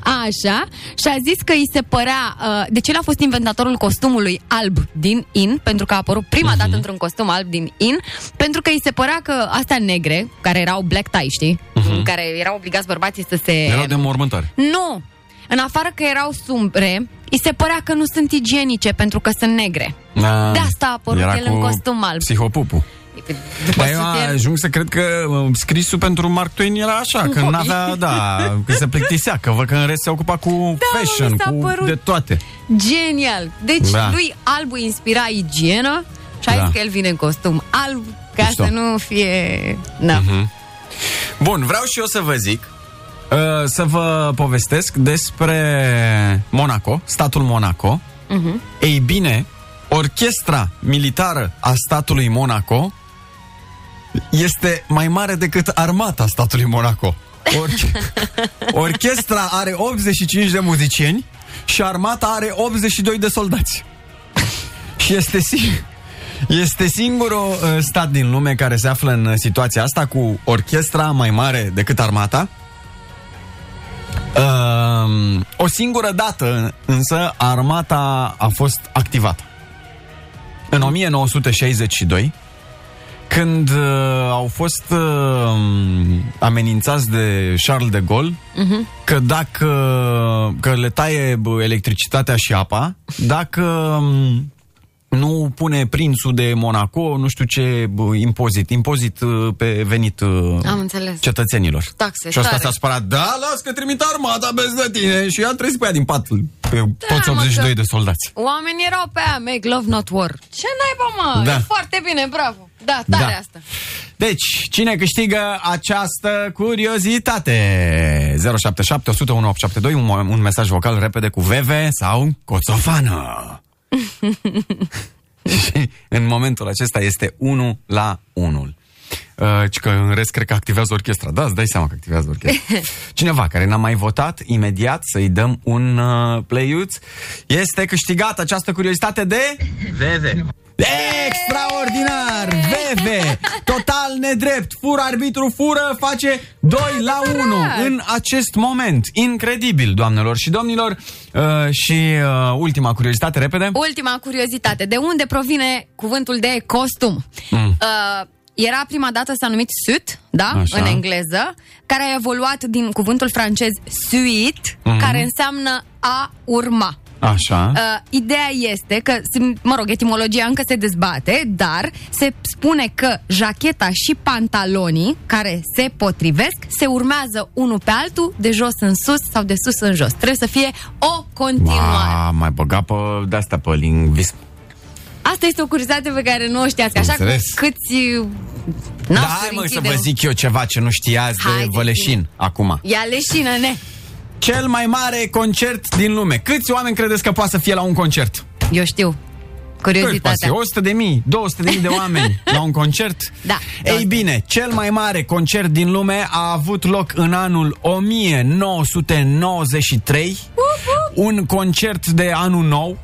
[SPEAKER 3] Așa, și a zis că îi se părea... Uh, deci el a fost inventatorul costumului alb din In, pentru că a apărut
[SPEAKER 2] Mhm.
[SPEAKER 3] prima dată într-un costum alb din In, pentru că îi se părea că astea negre, care erau black tie, știi? În care erau obligați bărbații să se...
[SPEAKER 2] Mhm. Erau de mormântări.
[SPEAKER 3] Nu! În afară că erau sumbre, îi se părea că nu sunt igienice pentru că sunt negre. De asta Da, a apărut
[SPEAKER 2] Era
[SPEAKER 3] el în
[SPEAKER 2] cu
[SPEAKER 3] costum alb.
[SPEAKER 2] Psihopupu.
[SPEAKER 3] După
[SPEAKER 2] Dar eu
[SPEAKER 3] sutien-
[SPEAKER 2] ajung să cred că uh, scrisul pentru Mark Twain era așa, că
[SPEAKER 3] hobby. [LAUGHS]
[SPEAKER 2] n-avea, da, că se plictisea, că văd că în rest se ocupa cu
[SPEAKER 3] Da, mă,
[SPEAKER 2] fashion,
[SPEAKER 3] mi s-a
[SPEAKER 2] cu
[SPEAKER 3] părut.
[SPEAKER 2] de toate.
[SPEAKER 3] Genial! Deci
[SPEAKER 2] Da.
[SPEAKER 3] da. lui albul inspira igienă și a
[SPEAKER 2] Da.
[SPEAKER 3] zis că el vine în costum alb ca
[SPEAKER 2] Mișto.
[SPEAKER 3] să nu fie... Da.
[SPEAKER 2] Bun, vreau și eu să vă zic, uh, să vă povestesc despre Monaco, statul Monaco. Uh-huh. Ei bine, orchestra militară a statului Monaco este mai mare decât armata statului Monaco. Orche- orchestra are 85 de muzicieni și armata are 82 de soldați. Și este sing- Este singurul uh, stat din lume care se află în uh, situația asta cu orchestra mai mare decât armata. Uh, Um, o singură dată, însă, armata a fost activată. În 1962, când uh, au fost uh, amenințați de Charles de Gaulle
[SPEAKER 3] Mhm.
[SPEAKER 2] uh-huh. că dacă că le taie bă, electricitatea și apa, dacă um, nu pune prințul de Monaco, nu știu ce bă, impozit, impozit uh, pe venit uh,
[SPEAKER 3] Am înțeles.
[SPEAKER 2] cetățenilor.
[SPEAKER 3] Taxe,
[SPEAKER 2] și asta
[SPEAKER 3] tare.
[SPEAKER 2] s-a spărat. Da, las că trimit armata peste tine și a trezit pe ea din pat pe da, toți
[SPEAKER 3] mă,
[SPEAKER 2] 82
[SPEAKER 3] că-
[SPEAKER 2] de soldați.
[SPEAKER 3] Oamenii erau pe aia, make love, not war. Ce naiba, mă?
[SPEAKER 2] Da.
[SPEAKER 3] Da. E foarte bine, bravo. Da, tare
[SPEAKER 2] Da.
[SPEAKER 3] da. asta.
[SPEAKER 2] Deci, cine câștigă această curiozitate? 077 101 872, un, mo- un mesaj vocal repede cu VV sau Coțofană. Și [LAUGHS] în momentul acesta este 1 la 1. Uh, ci că în rest cred că activează orchestra. Da, îți dai seama că activează orchestra. Cineva care n-a mai votat, imediat să-i dăm un uh, play-uț, este câștigat această curiozitate de... Extraordinar! VV! Total nedrept! Fur arbitru, fură, face 2 la 1 în acest moment. Incredibil, doamnelor și domnilor. Uh, și uh, ultima curiozitate, repede.
[SPEAKER 3] Ultima curiozitate. De unde provine cuvântul de costum?
[SPEAKER 2] Mm.
[SPEAKER 3] Uh, era prima dată s-a numit suit, da?
[SPEAKER 2] Așa.
[SPEAKER 3] În engleză. Care a evoluat din cuvântul francez suit,
[SPEAKER 2] Mhm.
[SPEAKER 3] care înseamnă a urma.
[SPEAKER 2] Așa.
[SPEAKER 3] Uh, ideea este că, sim- mă rog, etimologia încă se dezbate, dar se spune că jacheta și pantalonii care se potrivesc se urmează unul pe altul, de jos în sus sau de sus în jos. Trebuie să fie o continuare. Wow.
[SPEAKER 2] Ma, mai băga pe de-asta, pe lingvism.
[SPEAKER 3] Asta este o curiozitate pe care nu o știați, așa că
[SPEAKER 2] Înțeles.
[SPEAKER 3] câți... uh,
[SPEAKER 2] Da,
[SPEAKER 3] nașturi
[SPEAKER 2] hai mă să
[SPEAKER 3] închidem.
[SPEAKER 2] vă zic eu ceva ce nu știați de
[SPEAKER 3] Haideți,
[SPEAKER 2] Văleșin acum.
[SPEAKER 3] Ia leșină-ne!
[SPEAKER 2] Cel mai mare concert din lume. Câți oameni credeți că poate să fie la un concert?
[SPEAKER 3] Eu știu.
[SPEAKER 2] Cât poate?
[SPEAKER 3] Curiozitatea.
[SPEAKER 2] 100 de mii, 200 de mii de
[SPEAKER 3] [LAUGHS]
[SPEAKER 2] oameni la un concert?
[SPEAKER 3] Da.
[SPEAKER 2] Ei bine, cel mai mare concert din lume a avut loc în anul 1993. Un concert de anul nou.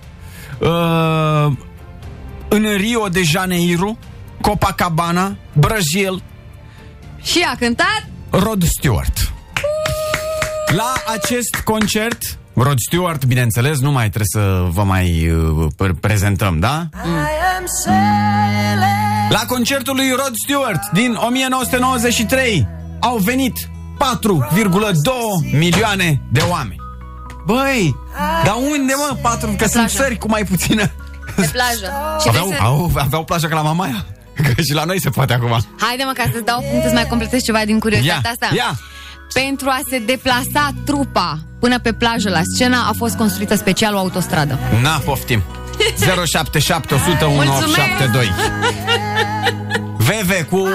[SPEAKER 2] Uh, în Rio de Janeiro, Copacabana, Brazil,
[SPEAKER 3] Și a cântat
[SPEAKER 2] Rod Stewart. La acest concert, Rod Stewart, bineînțeles, nu mai trebuie să vă mai uh, pre- prezentăm, da? La concertul lui Rod Stewart din 1993 au venit 4,2 milioane de oameni. Băi, dar unde mă? 4, că sunt
[SPEAKER 3] plajă.
[SPEAKER 2] țări cu mai puțină.
[SPEAKER 3] pe plajă. Și
[SPEAKER 2] Aveau,
[SPEAKER 3] vrei să-
[SPEAKER 2] au, aveau plajă ca la Mamaia. [LAUGHS] Că și la noi se poate acum.
[SPEAKER 3] Haide mă ca să-ți dau punct, să mai completez ceva din
[SPEAKER 2] Ia,
[SPEAKER 3] curiozitatea asta.
[SPEAKER 2] ia.
[SPEAKER 3] Pentru a se deplasa trupa până pe plajă la scena a fost construită special o autostradă.
[SPEAKER 2] Na,
[SPEAKER 3] [LAUGHS]
[SPEAKER 2] poftim. 077 1872. VV cu uh,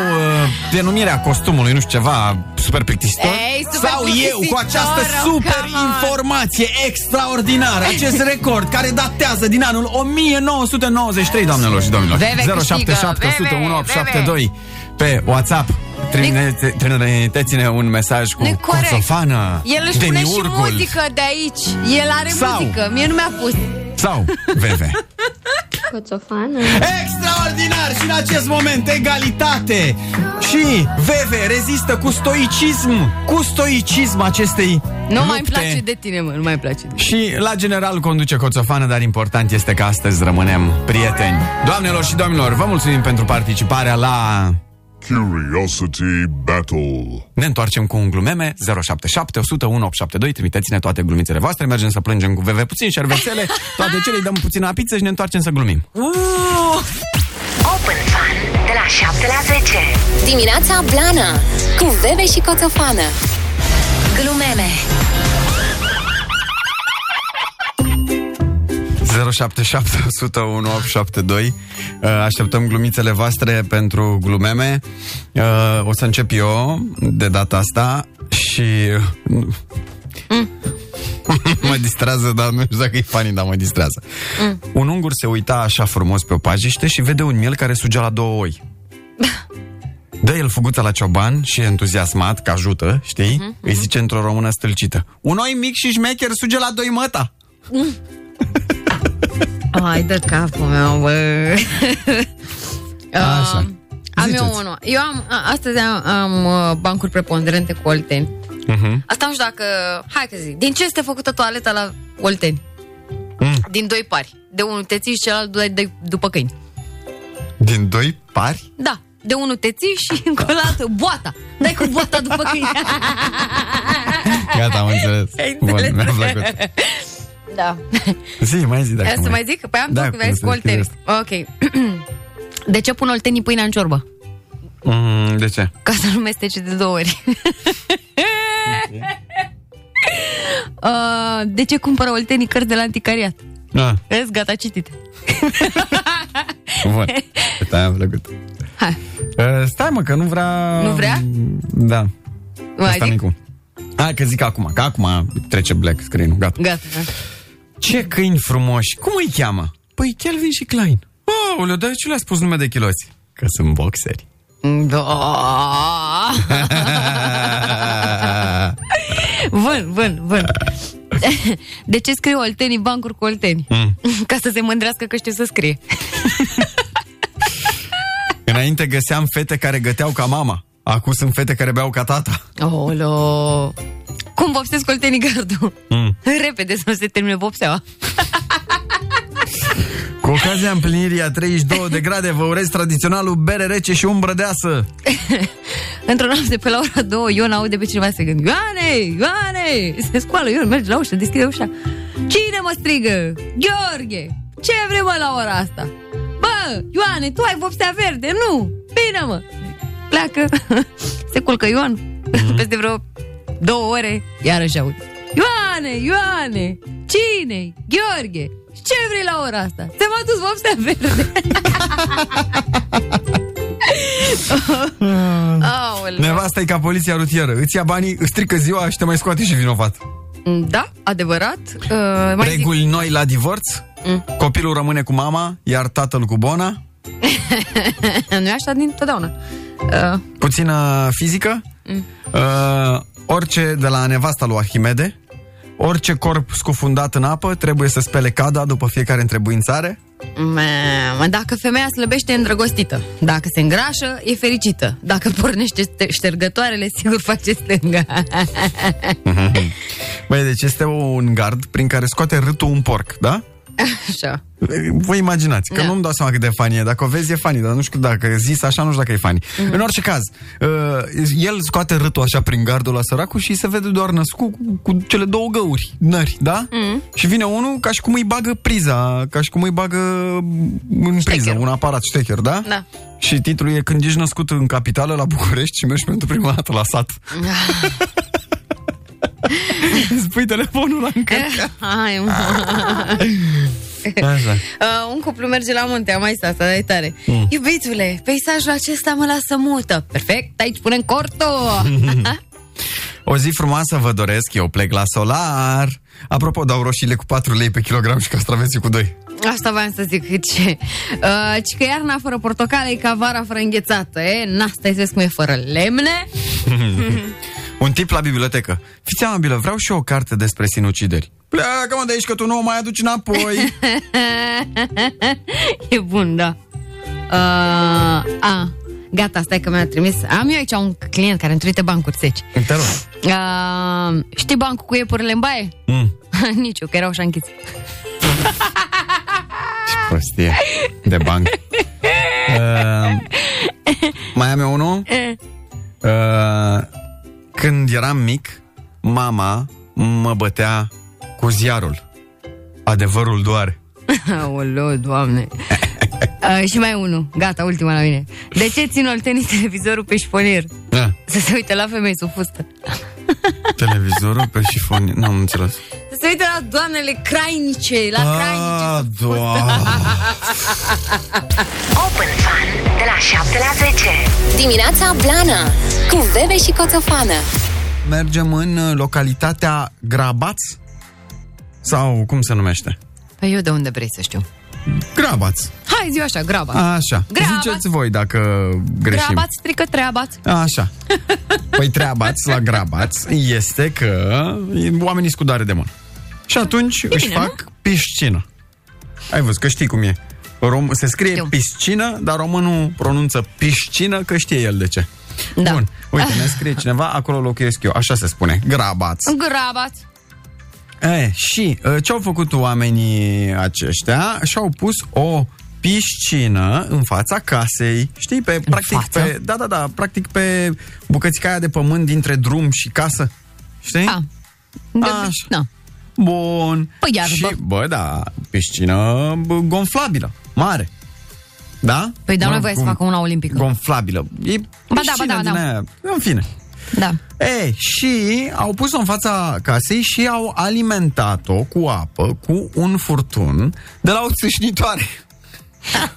[SPEAKER 2] denumirea costumului, nu știu ceva, super plictisitor.
[SPEAKER 3] Ei, super
[SPEAKER 2] Sau eu
[SPEAKER 3] plictisitor,
[SPEAKER 2] cu această
[SPEAKER 3] oh,
[SPEAKER 2] super
[SPEAKER 3] come on.
[SPEAKER 2] informație extraordinară,
[SPEAKER 3] [LAUGHS]
[SPEAKER 2] acest record care datează din anul 1993, doamnelor și domnilor.
[SPEAKER 3] VV câștigă,
[SPEAKER 2] 077
[SPEAKER 3] VV.
[SPEAKER 2] 1872 pe WhatsApp. Trimite- Trimiteți-ne un mesaj cu
[SPEAKER 3] Nu-i corect.
[SPEAKER 2] coțofană,
[SPEAKER 3] El își pune și
[SPEAKER 2] demiurgul.
[SPEAKER 3] muzică de aici. El are
[SPEAKER 2] Sau-
[SPEAKER 3] muzică. Mie nu mi-a pus.
[SPEAKER 2] Sau VV.
[SPEAKER 6] Coțofană.
[SPEAKER 2] Extraordinar și în acest moment egalitate Și VV rezistă cu stoicism Cu stoicism acestei
[SPEAKER 3] Nu
[SPEAKER 2] lupte.
[SPEAKER 3] mai îmi place de tine, mă. Nu mai îmi place de
[SPEAKER 2] Și la general conduce Coțofană, dar important este că astăzi rămânem prieteni Doamnelor și domnilor, vă mulțumim pentru participarea la...
[SPEAKER 7] Curiosity Battle.
[SPEAKER 2] Ne întoarcem cu un glumeme 077 101 872 Trimiteți-ne toate glumițele voastre Mergem să plângem cu VV puțin, șervețele Toate cele, îi dăm puțină apiță și ne întoarcem să glumim
[SPEAKER 4] Open Fun de la 7 la 10.
[SPEAKER 1] Dimineața Blana Cu Bebe și Coțofană Glumeme
[SPEAKER 2] 077 Uh, Așteptăm glumițele voastre pentru glumeme. Uh, O să încep eu de data asta și... [LAUGHS] mă distrează, dar nu știu dacă e funny, dar mă distrează. Un ungur se uita așa frumos pe o pajiște și vede un miel care sugea la două oi. Dă el fuguța la cioban și e entuziasmat că ajută, știi? Îi zice într-o română stâlcită. Un oi mic și șmecher suge la doi măta.
[SPEAKER 3] Ai de capul meu, bă. [LAUGHS]
[SPEAKER 2] Așa.
[SPEAKER 3] Am eu
[SPEAKER 2] Ziceți.
[SPEAKER 3] Ah. unul. Eu am, a- astăzi am, am uh, bancuri preponderente cu Olteni.
[SPEAKER 2] Mhm.
[SPEAKER 3] Asta nu știu dacă... Hai că zic. Din ce este făcută toaleta la Olteni?
[SPEAKER 2] Mm.
[SPEAKER 3] Din doi pari. De unul te ții și celălalt dai de, după câini.
[SPEAKER 2] Din doi pari?
[SPEAKER 3] Da. De unul te ții și [LAUGHS] încă la altă boata. Dai cu boata după
[SPEAKER 2] [LAUGHS]
[SPEAKER 3] câini.
[SPEAKER 2] Gata, am înțeles.
[SPEAKER 3] [LAUGHS] Ai
[SPEAKER 2] Bun,
[SPEAKER 3] înțeles.
[SPEAKER 2] mi-a plăcut.
[SPEAKER 3] da.
[SPEAKER 2] Zi, mai zi dacă
[SPEAKER 3] Să mai zic? Păi am
[SPEAKER 2] Da,
[SPEAKER 3] da,
[SPEAKER 2] cum
[SPEAKER 3] tot cu vezi
[SPEAKER 2] să
[SPEAKER 3] cu
[SPEAKER 2] scrii
[SPEAKER 3] Olteni.
[SPEAKER 2] asta.
[SPEAKER 3] Ok. [CLEARS THROAT] de ce pun oltenii pâinea în ciorbă?
[SPEAKER 2] Mm, de ce?
[SPEAKER 3] Ca să nu mestece de două ori. [LAUGHS] Uh, de ce cumpără oltenii cărți de la anticariat?
[SPEAKER 2] Ah,
[SPEAKER 3] Vezi, gata, citit. [LAUGHS]
[SPEAKER 2] bun. Asta mi-a plăcut.
[SPEAKER 3] Hai.
[SPEAKER 2] Uh, stai mă, că nu vrea...
[SPEAKER 3] Nu vrea?
[SPEAKER 2] Da.
[SPEAKER 3] Mai
[SPEAKER 2] Asta
[SPEAKER 3] zic?
[SPEAKER 2] micu. Hai că zic acum, că acum trece black screen-ul, gata.
[SPEAKER 3] Gata. da.
[SPEAKER 2] Ce câini frumoși! Cum îi cheamă? Păi Kelvin și Klein. Aoleu, dar ce le-a spus nume de chiloți? Că sunt
[SPEAKER 3] [LAUGHS]
[SPEAKER 2] boxeri.
[SPEAKER 3] Da. Bun, bun, bun. [LAUGHS] De ce scriu oltenii bancuri cu olteni?
[SPEAKER 2] Mm.
[SPEAKER 3] [LAUGHS] Ca să se mândrească că știu să scrie.
[SPEAKER 2] Înainte găseam fete care găteau ca mama. Acum sunt fete care beau ca tata.
[SPEAKER 3] Olo. Cum vopsesc oltenii gardul?
[SPEAKER 2] Mm.
[SPEAKER 3] [LAUGHS] Repede să nu se termine vopseaua.
[SPEAKER 2] Cu ocazia împlinirii a 32 de grade, vă urez tradiționalul bere rece și umbră deasă.
[SPEAKER 3] Într-o noapte, pe la ora două, Ion aude pe cineva să gândi Ioane, Ioane! Se scoală Ion, merge la ușă, deschide ușa Cine mă strigă? Gheorghe! Ce vrei mă la ora asta? Bă, Ioane, tu ai vopsea verde, nu! Bine mă! Pleacă, [LAUGHS] se culcă Ion [LAUGHS] Peste vreo două ore, iarăși aude Ioane, Ioane, cine Gheorghe, ce vrei la ora asta? Ți-am adus vopsea verde Aoleu.
[SPEAKER 2] Nevasta e ca poliția rutieră. Îți ia banii, îți strică ziua și te mai scoate și vinovat.
[SPEAKER 3] Da, adevărat. Uh, mai zic, Mm.
[SPEAKER 2] Reguli noi la divorț? Copilul rămâne cu mama, iar tatăl cu bona?
[SPEAKER 3] nu e așa din totdeauna. Uh,
[SPEAKER 2] puțină fizică,
[SPEAKER 3] Mm.
[SPEAKER 2] uh, orice de la nevasta lui Arhimede, orice corp scufundat în apă trebuie să spele cada după fiecare întrebuințare.
[SPEAKER 3] mamă, dacă femeia slăbește, e îndrăgostită. Dacă se îngrașă, e fericită. Dacă pornește ște- ștergătoarele, sigur face stânga. [LAUGHS]
[SPEAKER 2] Băi, deci este un gard prin care scoate râtul un porc, da?
[SPEAKER 3] Așa.
[SPEAKER 2] Vă imaginați, că
[SPEAKER 3] Da.
[SPEAKER 2] nu-mi dau seama cât de fani e. Dacă o vezi, e fani, dar nu știu dacă zis așa, nu știu dacă e fani.
[SPEAKER 3] Mhm.
[SPEAKER 2] În orice caz, uh, el scoate râtul așa prin gardul la săracul și se vede doar născut cu, cu cele două găuri, nări, da?
[SPEAKER 3] Mhm.
[SPEAKER 2] Și vine unul ca și cum îi bagă priza, ca și cum îi bagă în priză,
[SPEAKER 3] Ștecherul.
[SPEAKER 2] un aparat ștecher, da?
[SPEAKER 3] Da.
[SPEAKER 2] Și titlul e Când ești născut în capitală la București și mergi pentru prima dată la sat.
[SPEAKER 3] Da.
[SPEAKER 2] [LAUGHS] Îți pui telefonul la încărcat.
[SPEAKER 3] Hai, mă.
[SPEAKER 2] Așa.
[SPEAKER 3] [LAUGHS] Uh, un cuplu merge la munte, am mai zis asta, dar e tare. Mm. Iubitule, peisajul acesta mă lasă mută. Perfect, aici punem cortul.
[SPEAKER 2] O zi frumoasă vă doresc, eu plec la solar. Apropo, dau roșiile cu 4 lei pe kilogram și castraveții cu 2.
[SPEAKER 3] Asta voiam să zic cât ce. Uh, ci că iarna fără portocale e ca vara fără înghețată. E, na, stai să vezi cum e fără lemne. [LAUGHS]
[SPEAKER 2] Un tip la bibliotecă. Fiți amabilă, vreau și eu o carte despre sinucideri. Pleacă mă de aici că tu nu o mai aduci înapoi.
[SPEAKER 3] e bun, da. Uh, a, gata, stai că mi-a trimis. Am eu aici un client care îmi trimite bancuri seci.
[SPEAKER 2] [LAUGHS] Te rog.
[SPEAKER 3] Uh, știi bancul cu iepurile în baie?
[SPEAKER 2] Mm.
[SPEAKER 3] [LAUGHS] Nici eu, că erau așa închiți.
[SPEAKER 2] Ce prostie de [LAUGHS] banc. Uh, mai am eu unul? Uh, când eram mic, mama mă bătea cu ziarul. Adevărul doare.
[SPEAKER 3] Aoleu,
[SPEAKER 2] [LAUGHS]
[SPEAKER 3] doamne. Uh, și mai unul, gata, ultima la mine. De ce țin oltenii televizorul pe șifonier?
[SPEAKER 2] Da.
[SPEAKER 3] Să se uite la femei sub fustă.
[SPEAKER 2] Televizorul pe șifon. N-am înțeles.
[SPEAKER 3] Să se uite la doamnele crainice, la crainice.
[SPEAKER 2] Ah,
[SPEAKER 3] [LAUGHS]
[SPEAKER 2] doamne.
[SPEAKER 4] Open Fun de la 7 la 10.
[SPEAKER 1] Dimineața Blana Cu Bebe și Coțofană
[SPEAKER 2] Mergem în uh, localitatea Grabaț? Sau cum se numește?
[SPEAKER 3] Păi eu de unde vrei să știu?
[SPEAKER 2] Grabaț.
[SPEAKER 3] Hai, zi așa, graba.
[SPEAKER 2] Așa.
[SPEAKER 3] Grabaț.
[SPEAKER 2] Ziceți voi dacă Ah, greșim.
[SPEAKER 3] Grabați, strică treabați.
[SPEAKER 2] Așa. Păi treabați la grabați este că oamenii scudare de mână. Și atunci își
[SPEAKER 3] bine,
[SPEAKER 2] fac piscină. Ai văzut că știi cum e. Rom- se scrie
[SPEAKER 3] Știu.
[SPEAKER 2] piscină, dar românul pronunță piscină că știe el de ce.
[SPEAKER 3] Da.
[SPEAKER 2] Bun. Uite, ne scrie cineva, acolo locuiesc eu. Așa se spune. Grabați.
[SPEAKER 3] Grabați.
[SPEAKER 2] E, și e, ce-au făcut oamenii aceștia? Și-au pus o piscină în fața casei. Știi, pe, practic,
[SPEAKER 3] față?
[SPEAKER 2] pe, da, da, da, practic pe bucățica aia de pământ dintre drum și casă. Știi?
[SPEAKER 3] Da. De,
[SPEAKER 2] Așa.
[SPEAKER 3] na.
[SPEAKER 2] Bun.
[SPEAKER 3] Păi iarbă.
[SPEAKER 2] Și, bă, da, piscină bă, gonflabilă, mare. Da?
[SPEAKER 3] Păi dar
[SPEAKER 2] Mă rog,
[SPEAKER 3] nu voie să
[SPEAKER 2] gon-
[SPEAKER 3] facă una olimpică.
[SPEAKER 2] Gonflabilă. E
[SPEAKER 3] Ba da, ba
[SPEAKER 2] piscină
[SPEAKER 3] da,
[SPEAKER 2] din
[SPEAKER 3] da.
[SPEAKER 2] aia. În fine.
[SPEAKER 3] Da.
[SPEAKER 2] E, și au pus-o în fața casei și au alimentat-o cu apă, cu un furtun de la o țâșnitoare. [LAUGHS]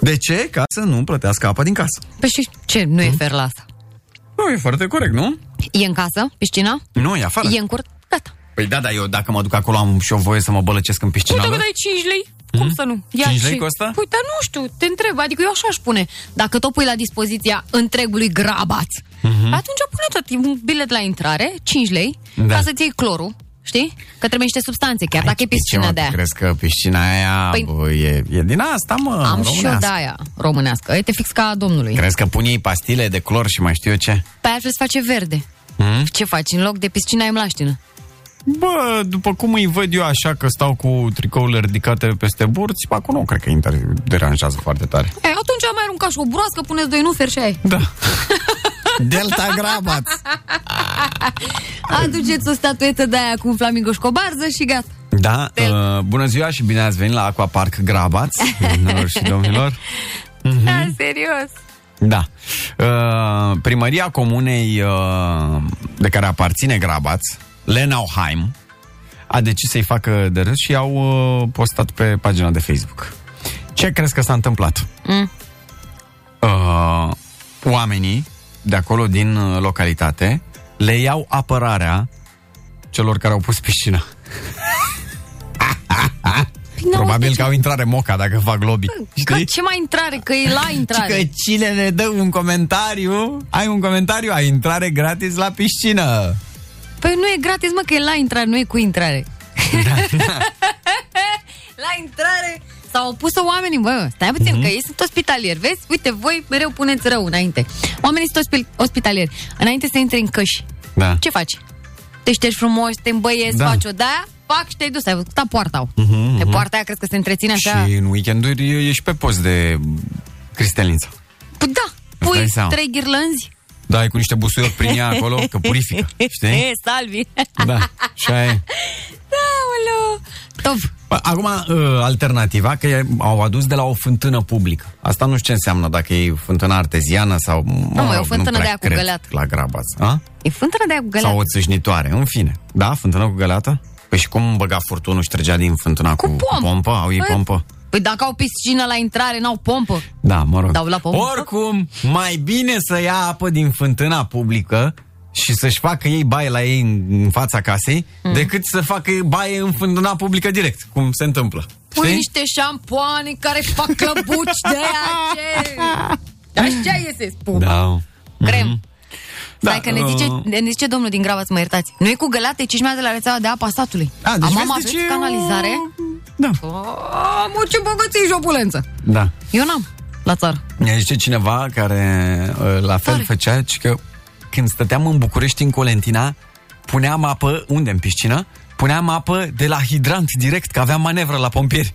[SPEAKER 2] de ce? Ca să nu plătească apa din casă.
[SPEAKER 3] Păi și ce? Nu e
[SPEAKER 2] Mm.
[SPEAKER 3] fer la asta.
[SPEAKER 2] Nu, e foarte corect, nu?
[SPEAKER 3] E în casă, piscina,
[SPEAKER 2] Nu, e afară.
[SPEAKER 3] e în curt, gata.
[SPEAKER 2] Păi da, dar eu dacă mă duc acolo am și o voie să mă bălăcesc în piscină.
[SPEAKER 3] Uite că
[SPEAKER 2] bă?
[SPEAKER 3] dai 5 lei, cum să nu? Ia
[SPEAKER 2] 5 Hmm? lei
[SPEAKER 3] și-
[SPEAKER 2] costă?
[SPEAKER 3] Păi, dar nu știu, te întreb, adică eu așa aș pune. Dacă tot pui la dispoziția întregului grabaț,
[SPEAKER 2] Mhm.
[SPEAKER 3] atunci pune tot e un bilet la intrare, 5 lei,
[SPEAKER 2] Da.
[SPEAKER 3] ca să-ți iei clorul, știi? Că trebuie niște substanțe, chiar dacă e
[SPEAKER 2] Aici, pe ce, mă,
[SPEAKER 3] piscina
[SPEAKER 2] tu
[SPEAKER 3] de aia.
[SPEAKER 2] Crezi că piscina aia
[SPEAKER 3] Păi-
[SPEAKER 2] bă, e, e din asta, mă,
[SPEAKER 3] Am și
[SPEAKER 2] românească.
[SPEAKER 3] eu da. de aia românească. E, te fix ca a domnului.
[SPEAKER 2] Crezi că pun ei pastile de clor și mai știu eu ce?
[SPEAKER 3] Pe aia trebuie să face verde.
[SPEAKER 2] Mm?
[SPEAKER 3] Ce faci? În loc de piscina e mlaștină.
[SPEAKER 2] Bă, după cum îi văd eu așa că stau cu tricourile ridicate peste burți, acum nu cred că inter- deranjează foarte tare.
[SPEAKER 3] E, Păi, atunci am mai aruncat și o broască, puneți doi nuferi și aia e.
[SPEAKER 2] Da. Delta Grabat.
[SPEAKER 3] Aduceți o statuetă de aia cu un flamingo și cu o barză și gata.
[SPEAKER 2] Da, uh, bună ziua și bine ați venit la Aquapark Grabați, [LAUGHS] domnilor și domnilor. Mhm.
[SPEAKER 3] Da, serios.
[SPEAKER 2] Da. Uh, primăria comunei uh, de care aparține Grabaț, Lenauheim, a decis să-i facă de râs și au uh, postat pe pagina de Facebook. Ce crezi că s-a întâmplat?
[SPEAKER 3] Mm.
[SPEAKER 2] Uh, oamenii de acolo din uh, localitate le iau apărarea celor care au pus piscina. Probabil că au intrare moca dacă fac lobby.
[SPEAKER 3] Că
[SPEAKER 2] Știi?
[SPEAKER 3] Da, ce mai intrare, că
[SPEAKER 2] [LAUGHS]
[SPEAKER 3] e la
[SPEAKER 2] Și
[SPEAKER 3] intrare.
[SPEAKER 2] că cine ne dă un comentariu, ai un comentariu, ai intrare gratis la piscină.
[SPEAKER 3] Păi nu e gratis, mă, că e la intrare, nu e cu intrare.
[SPEAKER 2] Da,
[SPEAKER 3] [LAUGHS] la intrare s-au opus-o oamenii, bă, stai
[SPEAKER 2] Mhm.
[SPEAKER 3] puțin, mm-hmm. că ei sunt ospitalieri, vezi? Uite, voi mereu puneți rău înainte. Oamenii sunt ospi- ospitalieri. Înainte să intri în căși,
[SPEAKER 2] Da.
[SPEAKER 3] ce faci? Te ștergi frumos, te îmbăiezi,
[SPEAKER 2] Da. Mhm,
[SPEAKER 3] da. faci o de-aia, fac și te-ai dus, ai văzut poarta. Mm-hmm, pe poarta aia crezi că se întreține așa?
[SPEAKER 2] Și în weekenduri ești pe post de cristelință.
[SPEAKER 3] Păi da,
[SPEAKER 2] dai
[SPEAKER 3] pui
[SPEAKER 2] seama.
[SPEAKER 3] trei ghirlânzi.
[SPEAKER 2] Da, ai cu niște busuioc prin ea acolo, că purifică, știi?
[SPEAKER 3] [LAUGHS] E, salvi.
[SPEAKER 2] Da, și aia e.
[SPEAKER 3] Aoleu. Top.
[SPEAKER 2] Bă, Acum, ă, alternativa, că e- au adus de la o fântână publică. Asta nu știu ce înseamnă, dacă e fântână arteziană sau... mă
[SPEAKER 3] mă, e o
[SPEAKER 2] rog,
[SPEAKER 3] fântână
[SPEAKER 2] prea
[SPEAKER 3] de aia cu
[SPEAKER 2] cred
[SPEAKER 3] găleată.
[SPEAKER 2] La graba asta.
[SPEAKER 3] E fântână de aia cu găleată.
[SPEAKER 2] Sau o țâșnitoare, în fine. Da, fântână cu găleată? Păi și cum băga furtunul și trăgea din fântâna cu,
[SPEAKER 3] Cu pompă.
[SPEAKER 2] pompă? Au ei
[SPEAKER 3] Păi-
[SPEAKER 2] pompă?
[SPEAKER 3] Păi dacă au piscină la intrare, n-au pompă.
[SPEAKER 2] Da, mă rog.
[SPEAKER 3] Dau la pompă.
[SPEAKER 2] Oricum, mai bine să ia apă din fântâna publică și să-și facă ei baie la ei în, în fața casei, mm. decât să facă baie în fântâna publică direct, cum se întâmplă.
[SPEAKER 3] Pui
[SPEAKER 2] Știi?
[SPEAKER 3] niște șampoane care fac căbuci de aia ce... Așa iese spumă. Da.
[SPEAKER 2] Da.
[SPEAKER 3] Crem.
[SPEAKER 2] Da,
[SPEAKER 3] Stai că ne zice,
[SPEAKER 2] uh,
[SPEAKER 3] ne zice domnul din grava să mă iertați. Nu e cu gălate, ci de la rețeaua de apa satului.
[SPEAKER 2] A, deci
[SPEAKER 3] Am
[SPEAKER 2] vezi,
[SPEAKER 3] am
[SPEAKER 2] deci
[SPEAKER 3] aveți
[SPEAKER 2] e o-
[SPEAKER 3] canalizare?
[SPEAKER 2] Da.
[SPEAKER 3] Oh, mă, ce bogăție și opulență.
[SPEAKER 2] Da.
[SPEAKER 3] Eu n-am la țară.
[SPEAKER 2] Ne zice cineva care uh, la fel
[SPEAKER 3] Tare.
[SPEAKER 2] făcea și că când stăteam în București, în Colentina, puneam apă, unde în piscină? Puneam apă de la hidrant direct, că aveam manevră la
[SPEAKER 3] [LAUGHS]
[SPEAKER 2] pompieri.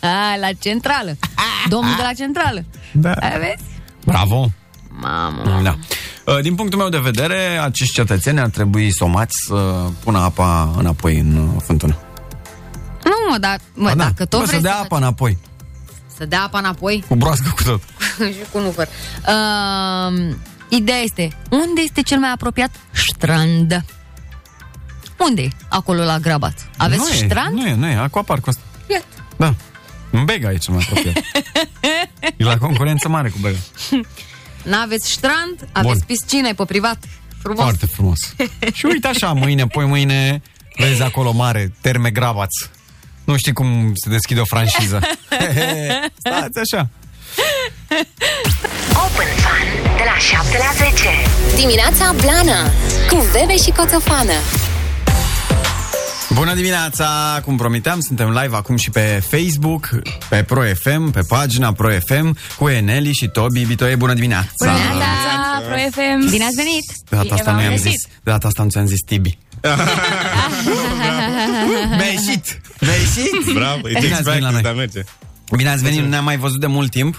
[SPEAKER 3] A, la
[SPEAKER 2] [LAUGHS]
[SPEAKER 3] centrală. Domnul de la centrală.
[SPEAKER 2] Da.
[SPEAKER 3] Ai vezi?
[SPEAKER 2] Bravo!
[SPEAKER 3] Mamă.
[SPEAKER 2] Da. Uh, Din punctul meu de vedere, acești cetățeni ar trebui somați să pună apa înapoi în uh, fântână.
[SPEAKER 3] Nu, mă, dar mă,
[SPEAKER 2] Ba da,
[SPEAKER 3] Păi dacă tot
[SPEAKER 2] bă,
[SPEAKER 3] vrei
[SPEAKER 2] să dea
[SPEAKER 3] faci-
[SPEAKER 2] apa înapoi,
[SPEAKER 3] să dea apa înapoi,
[SPEAKER 2] cu broască cu tot.
[SPEAKER 3] [LAUGHS] și cu nufăr. Um, ideea este, unde este cel mai apropiat strand? Unde e acolo la Grabat? Aveți
[SPEAKER 2] nu
[SPEAKER 3] strand?
[SPEAKER 2] E, nu e, nu e, aquaparcul ăsta.
[SPEAKER 3] Iată.
[SPEAKER 2] Da. În Bega e cel mai
[SPEAKER 3] [LAUGHS]
[SPEAKER 2] apropiat. e la concurență mare cu Bega.
[SPEAKER 3] N-aveți strand, aveți
[SPEAKER 2] Bun.
[SPEAKER 3] piscine pe privat. Frumos.
[SPEAKER 2] Foarte frumos. Și uite așa, mâine, poi mâine, vezi acolo mare, terme grabaț. Nu știi cum se deschide o franciză. Stați așa.
[SPEAKER 4] Open Fun de la 7 la 10.
[SPEAKER 1] Dimineața Blana Cu Bebe și Coțofană
[SPEAKER 2] Bună dimineața! Cum promiteam, suntem live acum și pe Facebook, pe Pro FM, pe pagina Pro FM, cu Eneli și Tobi Bitoie. Bună dimineața!
[SPEAKER 3] Bună dimineața, Pro FM! Bine ați venit!
[SPEAKER 2] De data asta nu i-am zis. De data asta nu ți-am zis Tibi. Mi-a ieșit! Mi-a ieșit!
[SPEAKER 8] Bravo, it
[SPEAKER 2] Bine
[SPEAKER 8] takes
[SPEAKER 2] ați venit la
[SPEAKER 8] practice,
[SPEAKER 2] noi.
[SPEAKER 8] dar merge.
[SPEAKER 2] Bine ați venit, nu ne-am mai văzut de mult timp.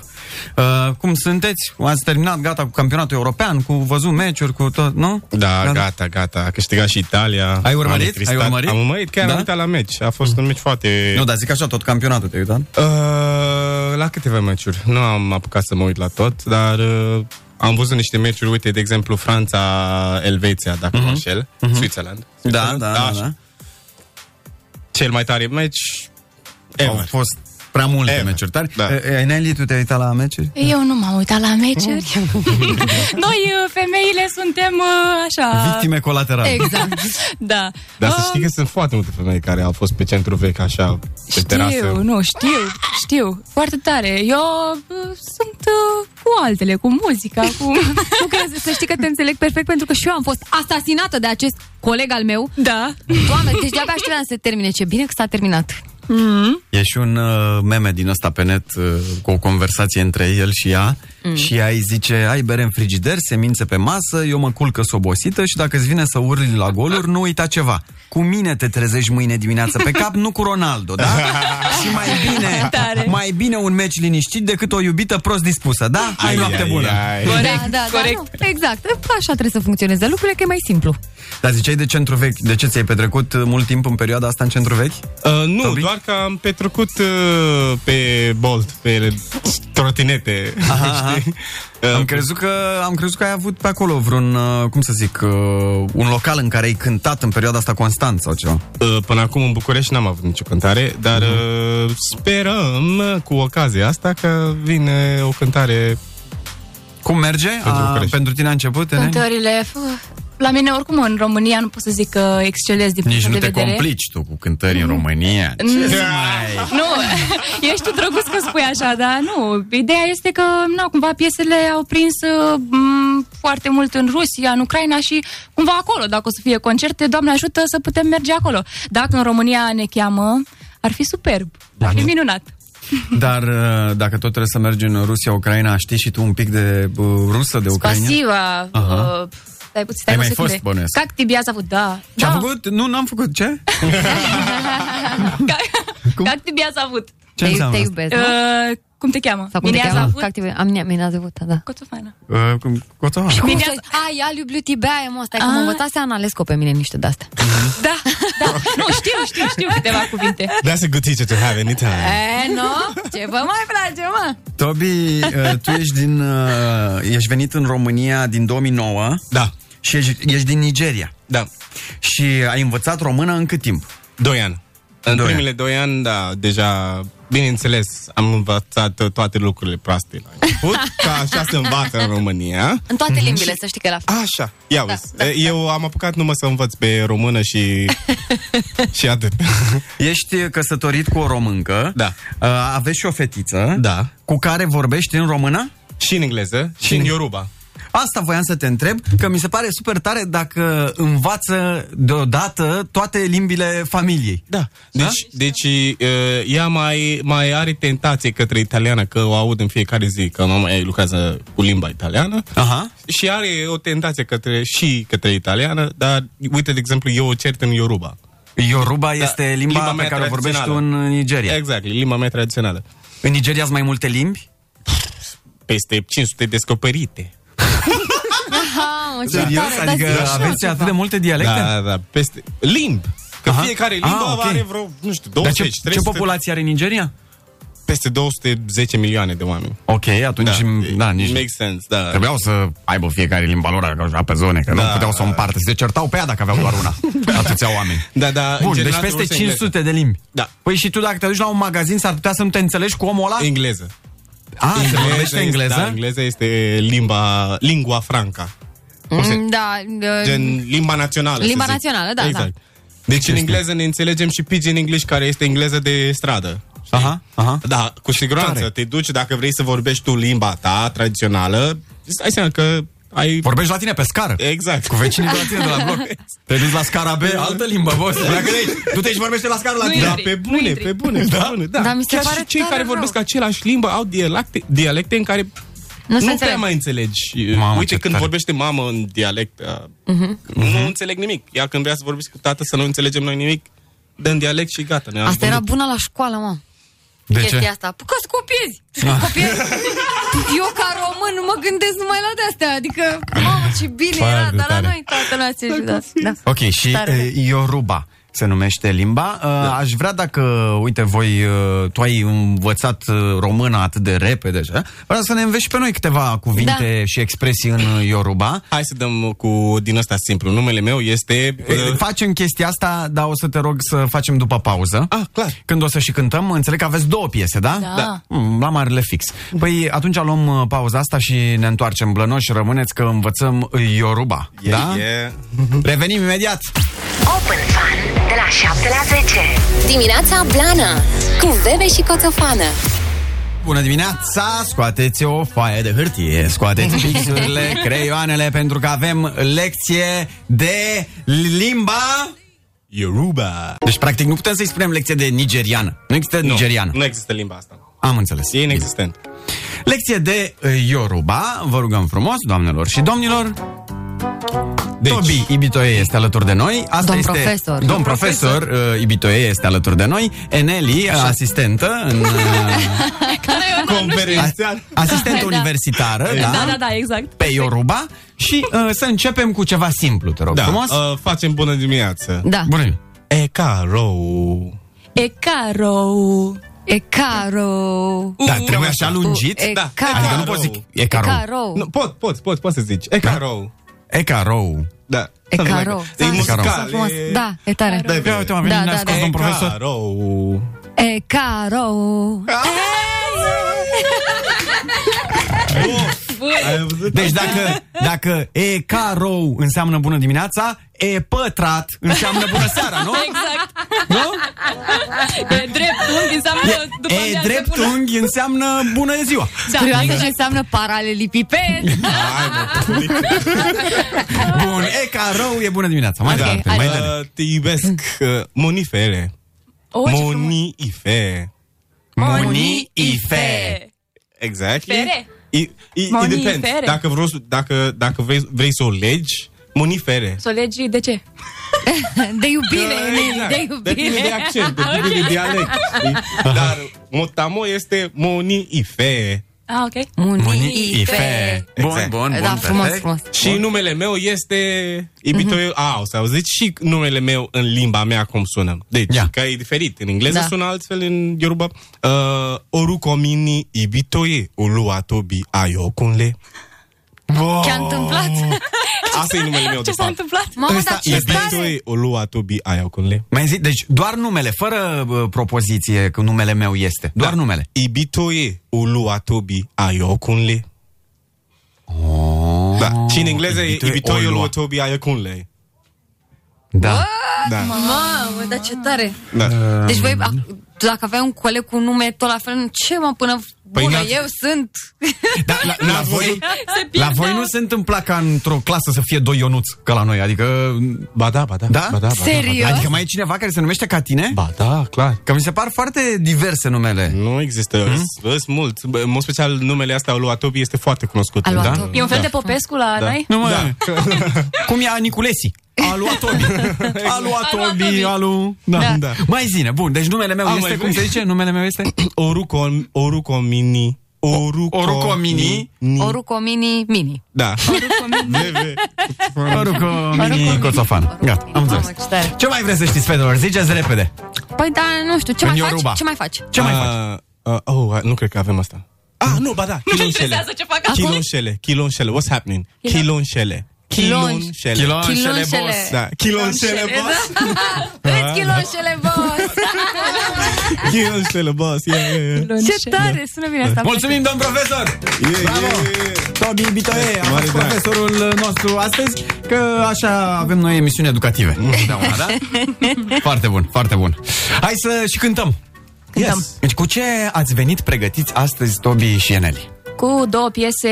[SPEAKER 2] Uh, cum sunteți? Ați terminat gata cu campionatul european, cu văzut meciuri, cu tot, nu?
[SPEAKER 8] Da, gata, gata. A câștigat și Italia.
[SPEAKER 2] Ai urmărit?
[SPEAKER 8] Am
[SPEAKER 2] Ai
[SPEAKER 8] întristat.
[SPEAKER 2] urmărit?
[SPEAKER 8] Am urmărit, chiar
[SPEAKER 2] Da?
[SPEAKER 8] am uitat la meci. A fost un meci foarte...
[SPEAKER 2] Nu, da. dar zic așa, tot campionatul te-ai uitat?
[SPEAKER 8] Uh, la câteva meciuri. Nu am apucat să mă uit la tot, dar uh, am văzut niște meciuri, uite, de exemplu, Franța-Elveția, dacă mă înșel, Switzerland.
[SPEAKER 2] Mhm. Da,
[SPEAKER 8] Switzerland.
[SPEAKER 2] da, da.
[SPEAKER 8] și
[SPEAKER 2] da.
[SPEAKER 8] Cel mai tare meci
[SPEAKER 2] Au
[SPEAKER 8] ever.
[SPEAKER 2] fost prea multe
[SPEAKER 8] Ever.
[SPEAKER 2] meciuri tari.
[SPEAKER 8] Da.
[SPEAKER 2] E, e, Nelly, tu te-ai uitat la meciuri?
[SPEAKER 9] Eu nu m-am uitat la
[SPEAKER 3] [LAUGHS]
[SPEAKER 9] meciuri. Noi, uh, femeile, suntem uh, așa...
[SPEAKER 2] Victime colaterale.
[SPEAKER 3] Exact.
[SPEAKER 9] Da.
[SPEAKER 8] Dar să
[SPEAKER 2] Ah.
[SPEAKER 9] Um,
[SPEAKER 8] știi că sunt foarte multe femei care au fost pe centru vechi, așa, pe terasă.
[SPEAKER 9] Știu, nu, știu, știu. Foarte tare. Eu uh, sunt uh, cu altele, cu muzica, cu...
[SPEAKER 3] Nu crezi, să știi că te înțeleg perfect pentru că și eu am fost asasinată de acest coleg al meu.
[SPEAKER 9] da.
[SPEAKER 3] Doamne, deci de-abia așteptam să se termine. Ce bine că s-a terminat.
[SPEAKER 2] E și un uh, meme din ăsta pe net uh, cu o conversație între el și ea mm. și ea îi zice, ai bere în frigider, semințe pe masă, eu mă culcă sobosită și dacă îți vine să urli la goluri, nu uita ceva. Cu mine te trezești mâine dimineață pe cap, nu cu Ronaldo,
[SPEAKER 8] [LAUGHS]
[SPEAKER 2] da? și mai bine,
[SPEAKER 9] Tare.
[SPEAKER 2] mai bine un meci liniștit decât o iubită prost dispusă, da? Ai
[SPEAKER 8] Ai,
[SPEAKER 2] noapte
[SPEAKER 8] ai,
[SPEAKER 2] bună!
[SPEAKER 8] ai.
[SPEAKER 9] Corect,
[SPEAKER 3] da, da,
[SPEAKER 9] corect.
[SPEAKER 3] Da, nu, exact. Așa trebuie să funcționeze lucrurile, că e mai simplu.
[SPEAKER 2] Dar ziceai de centru vechi, de ce ți-ai petrecut uh, mult timp în perioada asta în centru vechi?
[SPEAKER 8] Uh, nu,
[SPEAKER 2] Tobi?
[SPEAKER 8] doar că am petrecut uh, pe Bolt, pe trotinete,
[SPEAKER 2] Aha,
[SPEAKER 8] știi?
[SPEAKER 2] Am
[SPEAKER 8] Uh,
[SPEAKER 2] crezut că am crezut că ai avut pe acolo vreun, uh, cum să zic, uh, un local în care ai cântat în perioada asta constant sau ceva.
[SPEAKER 8] uh, până acum în București n-am avut nicio cântare, dar
[SPEAKER 2] Mhm.
[SPEAKER 8] uh, sperăm uh, cu ocazia asta că vine o cântare.
[SPEAKER 2] Cum merge?
[SPEAKER 8] Pentru
[SPEAKER 2] a,
[SPEAKER 8] București.
[SPEAKER 2] pentru tine a început? Elen?
[SPEAKER 9] Cântările... f- La mine, oricum, în România nu pot să zic că excelez din
[SPEAKER 2] Nici
[SPEAKER 9] punctul
[SPEAKER 2] nu
[SPEAKER 9] de
[SPEAKER 2] te
[SPEAKER 9] vedere.
[SPEAKER 2] complici tu cu cântări în România.
[SPEAKER 8] Mhm.
[SPEAKER 2] Ce să mai...
[SPEAKER 9] Nu, [LAUGHS] ești tu drăguț că spui așa, dar nu. Ideea este că, nu, cumva piesele au prins uh, m, foarte mult în Rusia, în Ucraina și cumva acolo, dacă o să fie concerte, Doamne ajută să putem merge acolo. Dacă în România ne cheamă, ar fi superb,
[SPEAKER 2] Da.
[SPEAKER 9] ar fi minunat.
[SPEAKER 2] Dar uh, dacă tot trebuie să mergi în Rusia, Ucraina, știi și tu un pic de uh, rusă, de Ucraina?
[SPEAKER 9] Pasiva,
[SPEAKER 2] Aha.
[SPEAKER 9] uh, stai puțin,
[SPEAKER 2] Ai
[SPEAKER 9] stai
[SPEAKER 2] mai
[SPEAKER 9] o secundă.
[SPEAKER 2] fost, bănuiesc.
[SPEAKER 9] Cactibia s-a făcut, da.
[SPEAKER 2] Ce-am
[SPEAKER 9] da.
[SPEAKER 2] făcut? Nu, n-am făcut. Ce? Cum?
[SPEAKER 9] Cactibia s-a avut.
[SPEAKER 2] Ce
[SPEAKER 3] te,
[SPEAKER 2] înseamnă
[SPEAKER 3] te
[SPEAKER 2] asta?
[SPEAKER 3] iubesc, nu?
[SPEAKER 9] Uh, cum te cheamă?
[SPEAKER 3] Sau cum te
[SPEAKER 9] Minea
[SPEAKER 3] cheamă?
[SPEAKER 9] s-a avut?
[SPEAKER 3] Activ, am mine de vota, da.
[SPEAKER 9] Coțofană.
[SPEAKER 2] Uh, cu- cu toamna.
[SPEAKER 3] Cum
[SPEAKER 9] Bine
[SPEAKER 3] să... Ai, al iubluti bea, mă, stai că
[SPEAKER 9] Ah.
[SPEAKER 3] mă învățase analesco pe mine niște de-astea.
[SPEAKER 9] Da, da. Nu, știu, știu, știu câteva cuvinte.
[SPEAKER 8] That's a good teacher to have anytime.
[SPEAKER 3] [LAUGHS] E, no? Ce vă mai place, mă?
[SPEAKER 2] Tobi, uh, tu ești din... uh, Ești venit în România din 2009
[SPEAKER 8] Da,
[SPEAKER 2] și ești, ești din Nigeria.
[SPEAKER 8] da.
[SPEAKER 2] Și ai învățat română în cât timp?
[SPEAKER 8] Doi ani. În
[SPEAKER 2] Doi
[SPEAKER 8] primele doi ani, da, deja, bineînțeles, am învățat uh, toate lucrurile proaste la [LAUGHS] început, ca așa se învață în România.
[SPEAKER 3] În
[SPEAKER 2] Mm-hmm.
[SPEAKER 3] toate limbile, să știi că e la fel.
[SPEAKER 8] Așa, Da, ia uzi. Eu am apucat numai să învăț pe română [LAUGHS] și, și [LAUGHS] atât.
[SPEAKER 2] Ești căsătorit cu o româncă.
[SPEAKER 8] Da.
[SPEAKER 2] Uh, Aveți și o fetiță.
[SPEAKER 8] Da.
[SPEAKER 2] Cu care vorbești în română?
[SPEAKER 8] Și în engleză, și, în Yoruba.
[SPEAKER 2] Asta voiam să te întreb, că mi se pare super tare dacă învață deodată toate limbile familiei.
[SPEAKER 8] Da. Deci, deci uh, ea mai, mai are tentație către italiană, că o aud în fiecare zi, că mama ei lucrează cu limba italiană.
[SPEAKER 2] Aha.
[SPEAKER 8] Și are o tentație către, și către italiană, dar uite, de exemplu, eu o cert în Yoruba.
[SPEAKER 2] Yoruba da. este limba,
[SPEAKER 8] Limba
[SPEAKER 2] limba pe
[SPEAKER 8] mea
[SPEAKER 2] care o vorbești tu în
[SPEAKER 8] tradițională.
[SPEAKER 2] Nigeria. Exact.
[SPEAKER 8] Exact, e limba mea tradițională.
[SPEAKER 2] În Nigeria sunt mai multe limbi?
[SPEAKER 8] Peste 500 descoperite.
[SPEAKER 3] Ha, mă, ce
[SPEAKER 2] Serios?
[SPEAKER 3] tare,
[SPEAKER 2] Adică
[SPEAKER 3] da, zi-
[SPEAKER 2] aveți atât de multe dialecte?
[SPEAKER 8] Da, da, peste limbi. Că
[SPEAKER 2] Aha.
[SPEAKER 8] fiecare limbă
[SPEAKER 2] Ah, ok.
[SPEAKER 8] are vreo, nu știu,
[SPEAKER 2] Dar
[SPEAKER 8] 20,
[SPEAKER 2] ce,
[SPEAKER 8] 30,
[SPEAKER 2] ce populație are Nigeria?
[SPEAKER 8] peste 210 milioane de oameni. Da.
[SPEAKER 2] Ok, atunci...
[SPEAKER 8] Make sense, da.
[SPEAKER 2] Trebuiau să aibă fiecare limba lor așa pe zone, că
[SPEAKER 8] Da.
[SPEAKER 2] nu puteau să o împartă. Se certau pe ea dacă aveau doar
[SPEAKER 10] [LAUGHS]
[SPEAKER 2] una. Atâția oameni.
[SPEAKER 8] Da, da, în
[SPEAKER 2] Bun, deci
[SPEAKER 8] general
[SPEAKER 2] peste
[SPEAKER 8] trebuie să
[SPEAKER 2] 500 de limbi.
[SPEAKER 8] Da.
[SPEAKER 2] Păi și tu dacă te duci la un magazin s-ar putea să nu te înțelegi cu omul ăla?
[SPEAKER 8] Engleză.
[SPEAKER 2] A, Ah, se
[SPEAKER 10] exact,
[SPEAKER 2] vorbește engleză?
[SPEAKER 8] Da, engleză este limba, lingua franca. Cum se-
[SPEAKER 3] Mm, Da, uh,
[SPEAKER 8] Gen limba națională, să
[SPEAKER 3] Limba
[SPEAKER 8] zic.
[SPEAKER 3] națională, da,
[SPEAKER 8] Exact. Deci în
[SPEAKER 2] Interesant.
[SPEAKER 8] engleză ne înțelegem și pidgin English, care este engleză de stradă. știi?
[SPEAKER 2] Aha, aha.
[SPEAKER 8] Da, cu siguranță.
[SPEAKER 2] Tare.
[SPEAKER 8] Te duci, dacă vrei să vorbești tu limba ta tradițională, îți dai seama că ai...
[SPEAKER 10] Vorbești la tine pe scară.
[SPEAKER 8] Exact.
[SPEAKER 10] Cu vecinii de la tine de la
[SPEAKER 8] [LAUGHS]
[SPEAKER 10] bloc. Te duci la
[SPEAKER 2] [LAUGHS]
[SPEAKER 10] scara B, altă limbă, boss. Pleacă de aici. Du-te și vorbește la scară la
[SPEAKER 9] Nu e.
[SPEAKER 10] tine.
[SPEAKER 8] Da,
[SPEAKER 9] intri,
[SPEAKER 8] pe
[SPEAKER 9] nu
[SPEAKER 8] bune,
[SPEAKER 9] intri.
[SPEAKER 8] pe bune, pe
[SPEAKER 10] Da?
[SPEAKER 8] bune. Da.
[SPEAKER 3] Dar mi se
[SPEAKER 8] Chiar
[SPEAKER 3] pare
[SPEAKER 8] și cei
[SPEAKER 3] tare
[SPEAKER 8] care
[SPEAKER 3] rău.
[SPEAKER 8] vorbesc aceeași limbă au dialecte, dialecte în care
[SPEAKER 3] Nu
[SPEAKER 8] nu,
[SPEAKER 3] se
[SPEAKER 8] nu
[SPEAKER 3] înțeleg.
[SPEAKER 8] prea mai înțelegi.
[SPEAKER 2] Mamă, ce
[SPEAKER 8] Uite, când
[SPEAKER 2] tare.
[SPEAKER 8] vorbește mamă în dialect, a,
[SPEAKER 3] Mhm.
[SPEAKER 8] nu înțeleg nimic. Ea când vrea să vorbiți cu tată, să nu înțelegem noi nimic, dă în dialect și gata. ne-am
[SPEAKER 3] Asta era
[SPEAKER 8] vândut.
[SPEAKER 3] bună la școală, mă.
[SPEAKER 10] De
[SPEAKER 3] chestia
[SPEAKER 10] ce?
[SPEAKER 3] asta. Păi că să copiezi. Să copiezi. Eu ca român mă gândesc numai la de-astea. Adică, mamă, ce bine era,
[SPEAKER 10] Foarte
[SPEAKER 3] dar la
[SPEAKER 10] tare.
[SPEAKER 3] noi toată lumea se da. da.
[SPEAKER 2] Ok, și eh,
[SPEAKER 3] Tare.
[SPEAKER 2] e, Ioruba se numește limba. Uh,
[SPEAKER 8] Da.
[SPEAKER 2] Aș vrea dacă, uite, voi, uh, tu ai învățat uh, româna atât de repede, așa, vreau să ne înveți pe noi câteva cuvinte și expresii în uh, Ioruba.
[SPEAKER 8] Hai să dăm cu din ăsta simplu. Numele meu este... uh,
[SPEAKER 2] E, Eh, Facem chestia asta, dar o să te rog să facem după pauză.
[SPEAKER 8] Ah, clar.
[SPEAKER 2] Când o să și cântăm, înțeleg că aveți două piese, da?
[SPEAKER 8] Da.
[SPEAKER 2] Mm, La marele fix. Păi atunci luăm uh, pauza asta și ne întoarcem blănoși, rămâneți că învățăm uh, Ioruba, da?
[SPEAKER 8] E-
[SPEAKER 2] Revenim imediat!
[SPEAKER 4] Open Fun de la 7 la 10.
[SPEAKER 1] Dimineața Blana Cu Bebe și Coțofană
[SPEAKER 2] Bună dimineața! Scoateți o foaie de hârtie, [LAUGHS] scoateți pixurile, creioanele, pentru că avem lecție de limba...
[SPEAKER 8] Yoruba.
[SPEAKER 2] Deci, practic, nu putem să-i spunem lecție de nigeriană. Nu există
[SPEAKER 8] Nu,
[SPEAKER 2] nigeriană.
[SPEAKER 8] Nu există limba asta.
[SPEAKER 2] Am înțeles.
[SPEAKER 8] E inexistent.
[SPEAKER 2] Lecție de uh, Yoruba, vă rugăm frumos, doamnelor și domnilor. Deci. Tobi Ibitoie este alături de noi. Asta
[SPEAKER 3] Domn
[SPEAKER 2] este
[SPEAKER 3] profesor.
[SPEAKER 2] Domn profesor uh, Ibitoie este alături de noi. Eneli, asistentă în [LAUGHS] uh,
[SPEAKER 8] Conferențial.
[SPEAKER 2] asistentă
[SPEAKER 9] Da.
[SPEAKER 2] universitară, da?
[SPEAKER 9] Da, da, da, exact.
[SPEAKER 2] Pe Yoruba și uh, să începem cu ceva simplu, te rog
[SPEAKER 8] Da,
[SPEAKER 2] frumos.
[SPEAKER 8] uh, facem bună dimineață.
[SPEAKER 3] da.
[SPEAKER 2] Bună.
[SPEAKER 8] E caro.
[SPEAKER 9] E caro.
[SPEAKER 3] E caro.
[SPEAKER 2] Da,
[SPEAKER 8] Uh,
[SPEAKER 2] trebuie așa lungit.
[SPEAKER 3] E
[SPEAKER 8] Da,
[SPEAKER 3] caro.
[SPEAKER 2] Adică nu poți zic e
[SPEAKER 3] E
[SPEAKER 2] caro.
[SPEAKER 3] caro.
[SPEAKER 8] Nu, pot, pot, pot, pot să zici.
[SPEAKER 2] Da.
[SPEAKER 8] E caro.
[SPEAKER 2] E
[SPEAKER 8] [LAUGHS]
[SPEAKER 2] caro.
[SPEAKER 8] Da.
[SPEAKER 3] E caro.
[SPEAKER 8] E
[SPEAKER 3] Da,
[SPEAKER 8] muzical.
[SPEAKER 3] Sunt frumos. Da, e tare.
[SPEAKER 8] Da,
[SPEAKER 2] Ia uite, m-a venit
[SPEAKER 3] Da, da,
[SPEAKER 2] neascult,
[SPEAKER 3] da.
[SPEAKER 2] domn
[SPEAKER 8] E
[SPEAKER 2] profesor.
[SPEAKER 8] caro.
[SPEAKER 3] E caro.
[SPEAKER 8] Ai văzut?
[SPEAKER 2] Deci dacă, dacă e caro înseamnă bună dimineața, e pătrat înseamnă bună seara, nu?
[SPEAKER 9] Exact.
[SPEAKER 2] nu?
[SPEAKER 9] E drept unghi, înseamnă după
[SPEAKER 2] E
[SPEAKER 9] amiază
[SPEAKER 2] drept
[SPEAKER 9] bună.
[SPEAKER 2] unghi înseamnă bună ziua.
[SPEAKER 9] Da,
[SPEAKER 3] Curioasă ce înseamnă paralelipiped.
[SPEAKER 8] Hai, mă.
[SPEAKER 2] Bun, e caro e bună dimineața. Mai
[SPEAKER 3] Ok,
[SPEAKER 2] departe,
[SPEAKER 3] hai.
[SPEAKER 2] Da, mai departe.
[SPEAKER 8] Uh, Te iubesc. uh, Monifere.
[SPEAKER 9] O, Mm. Oh, ce frumos.
[SPEAKER 8] Monifere.
[SPEAKER 2] Monifere.
[SPEAKER 8] Exact.
[SPEAKER 9] Fere.
[SPEAKER 8] It, it, it
[SPEAKER 9] Monifere.
[SPEAKER 8] depends. Dacă, vreau, să- dacă, dacă vrei, vrei să o legi, monifere. Da,
[SPEAKER 9] Să o legi de ce?
[SPEAKER 3] De iubire, Emil, de
[SPEAKER 8] Depinde exact. Deci de
[SPEAKER 3] iubire.
[SPEAKER 8] accent, depinde de dialect. știi?
[SPEAKER 2] [LAUGHS]
[SPEAKER 8] Dar motamo este monifere.
[SPEAKER 9] Ah, ok.
[SPEAKER 2] Monifere. Bun,
[SPEAKER 8] Exact.
[SPEAKER 2] bun, bun.
[SPEAKER 3] Da, frumos,
[SPEAKER 2] perfect.
[SPEAKER 3] frumos.
[SPEAKER 8] Și numele meu este Ibitoiu. Mm-hmm. A, o să auziți și numele meu în limba mea cum sună. Deci,
[SPEAKER 2] Ia.
[SPEAKER 8] yeah. că e diferit. În engleză
[SPEAKER 3] Da.
[SPEAKER 8] da. sună altfel, în Yoruba. Uh, Orukomini Ibitoie Uluatobi Ayokunle.
[SPEAKER 2] Wow.
[SPEAKER 3] Ce-a întâmplat?
[SPEAKER 8] Asta e Oh, numele meu
[SPEAKER 9] Ce
[SPEAKER 8] de
[SPEAKER 9] s-a
[SPEAKER 8] fapt.
[SPEAKER 9] întâmplat?
[SPEAKER 3] Mamă,
[SPEAKER 2] Ăsta
[SPEAKER 3] dar ce tare.
[SPEAKER 8] Ibitoie Uluatobi Ayokunle.
[SPEAKER 2] Mai zi, deci doar numele, fără bă, propoziție că numele meu este. Doar
[SPEAKER 8] Da.
[SPEAKER 2] numele.
[SPEAKER 8] Ibitoie Uluatobi Ayokunle. Oh. Da. Și în engleză e
[SPEAKER 2] Ibitoie
[SPEAKER 8] Ibitoie
[SPEAKER 2] Olua-
[SPEAKER 8] Uluatobi Ayokunle.
[SPEAKER 2] Da.
[SPEAKER 8] Da.
[SPEAKER 3] Mamă, dar ce tare.
[SPEAKER 8] da.
[SPEAKER 3] Deci voi, ac- dacă aveai un coleg cu un nume tot la fel, ce mă, până
[SPEAKER 8] Păi
[SPEAKER 3] bună,
[SPEAKER 8] n-ați-
[SPEAKER 3] eu sunt...
[SPEAKER 2] Da, la, la, voi,
[SPEAKER 9] Se
[SPEAKER 2] la
[SPEAKER 9] pierde.
[SPEAKER 2] voi nu se întâmpla ca într-o clasă să fie doi Ionuți, ca la noi. Adică...
[SPEAKER 8] Ba da, ba da.
[SPEAKER 2] Da?
[SPEAKER 8] Ba da, ba da.
[SPEAKER 3] Serios?
[SPEAKER 2] Adică mai e cineva care se numește ca tine?
[SPEAKER 8] Ba da, clar.
[SPEAKER 2] Că mi se par foarte diverse numele.
[SPEAKER 8] Nu există. Hmm? Sunt mulți. Bă, În mod special, numele asta lui Atobi este foarte cunoscut.
[SPEAKER 3] Aluatobi.
[SPEAKER 9] E un fel
[SPEAKER 8] da.
[SPEAKER 9] de Popescu la
[SPEAKER 8] Da.
[SPEAKER 9] noi?
[SPEAKER 2] Nu mă, da. Cum e Aniculesi? Alu
[SPEAKER 8] [LAUGHS]
[SPEAKER 2] Atobi. Exact. Alu Atobi,
[SPEAKER 9] Atobi.
[SPEAKER 2] alu... Da, da.
[SPEAKER 8] Da.
[SPEAKER 2] Mai zine, bun, deci numele meu
[SPEAKER 8] Am
[SPEAKER 2] este,
[SPEAKER 8] mai
[SPEAKER 2] cum
[SPEAKER 8] zis.
[SPEAKER 2] se zice? Numele meu este?
[SPEAKER 8] Orucom, orucomini. Oruco,
[SPEAKER 2] Orucomini.
[SPEAKER 8] Ni-
[SPEAKER 3] Oruco mini mini.
[SPEAKER 8] Da.
[SPEAKER 2] Oruco Mini
[SPEAKER 3] Oruco.
[SPEAKER 2] Coțofan. Gata, am înțeles.
[SPEAKER 3] Mamă, ce tare.
[SPEAKER 2] Ce mai vreți să știți, Fedor? Ziceți repede.
[SPEAKER 3] Păi da, nu știu, ce
[SPEAKER 2] În
[SPEAKER 3] mai
[SPEAKER 2] Ioruba.
[SPEAKER 3] faci? Ce mai faci?
[SPEAKER 2] Ce mai faci?
[SPEAKER 8] faci? Ah, Oh, nu cred că avem asta. Ah, nu, ba da.
[SPEAKER 9] Nu te
[SPEAKER 8] Kilonșele.
[SPEAKER 9] interesează ce fac acum.
[SPEAKER 8] Kilonșele. Kilonșele. What's happening? Kilonșele.
[SPEAKER 3] Kilon-
[SPEAKER 8] Kilonșele.
[SPEAKER 3] Chilonșele.
[SPEAKER 2] boss.
[SPEAKER 8] Da. Kilonșele, boss.
[SPEAKER 9] da.
[SPEAKER 8] [LAUGHS]
[SPEAKER 3] Îți chiloșele,
[SPEAKER 11] [LAUGHS]
[SPEAKER 3] boss!
[SPEAKER 8] Kilonșele, boss. Yeah, yeah, yeah.
[SPEAKER 3] Ce tare, sună bine asta.
[SPEAKER 2] Mulțumim, domn profesor!
[SPEAKER 8] Yeah,
[SPEAKER 2] Bravo!
[SPEAKER 8] yeah, yeah.
[SPEAKER 2] Tobi Bitoie, a oh,
[SPEAKER 8] Mare
[SPEAKER 2] fost
[SPEAKER 8] drag.
[SPEAKER 2] profesorul nostru astăzi, că așa avem noi emisiuni educative. Întotdeauna, [LAUGHS] da? Foarte bun, foarte bun. Hai să și cântăm.
[SPEAKER 8] Yes.
[SPEAKER 2] Deci cu ce ați venit pregătiți astăzi, Tobi și Eneli?
[SPEAKER 9] Cu două piese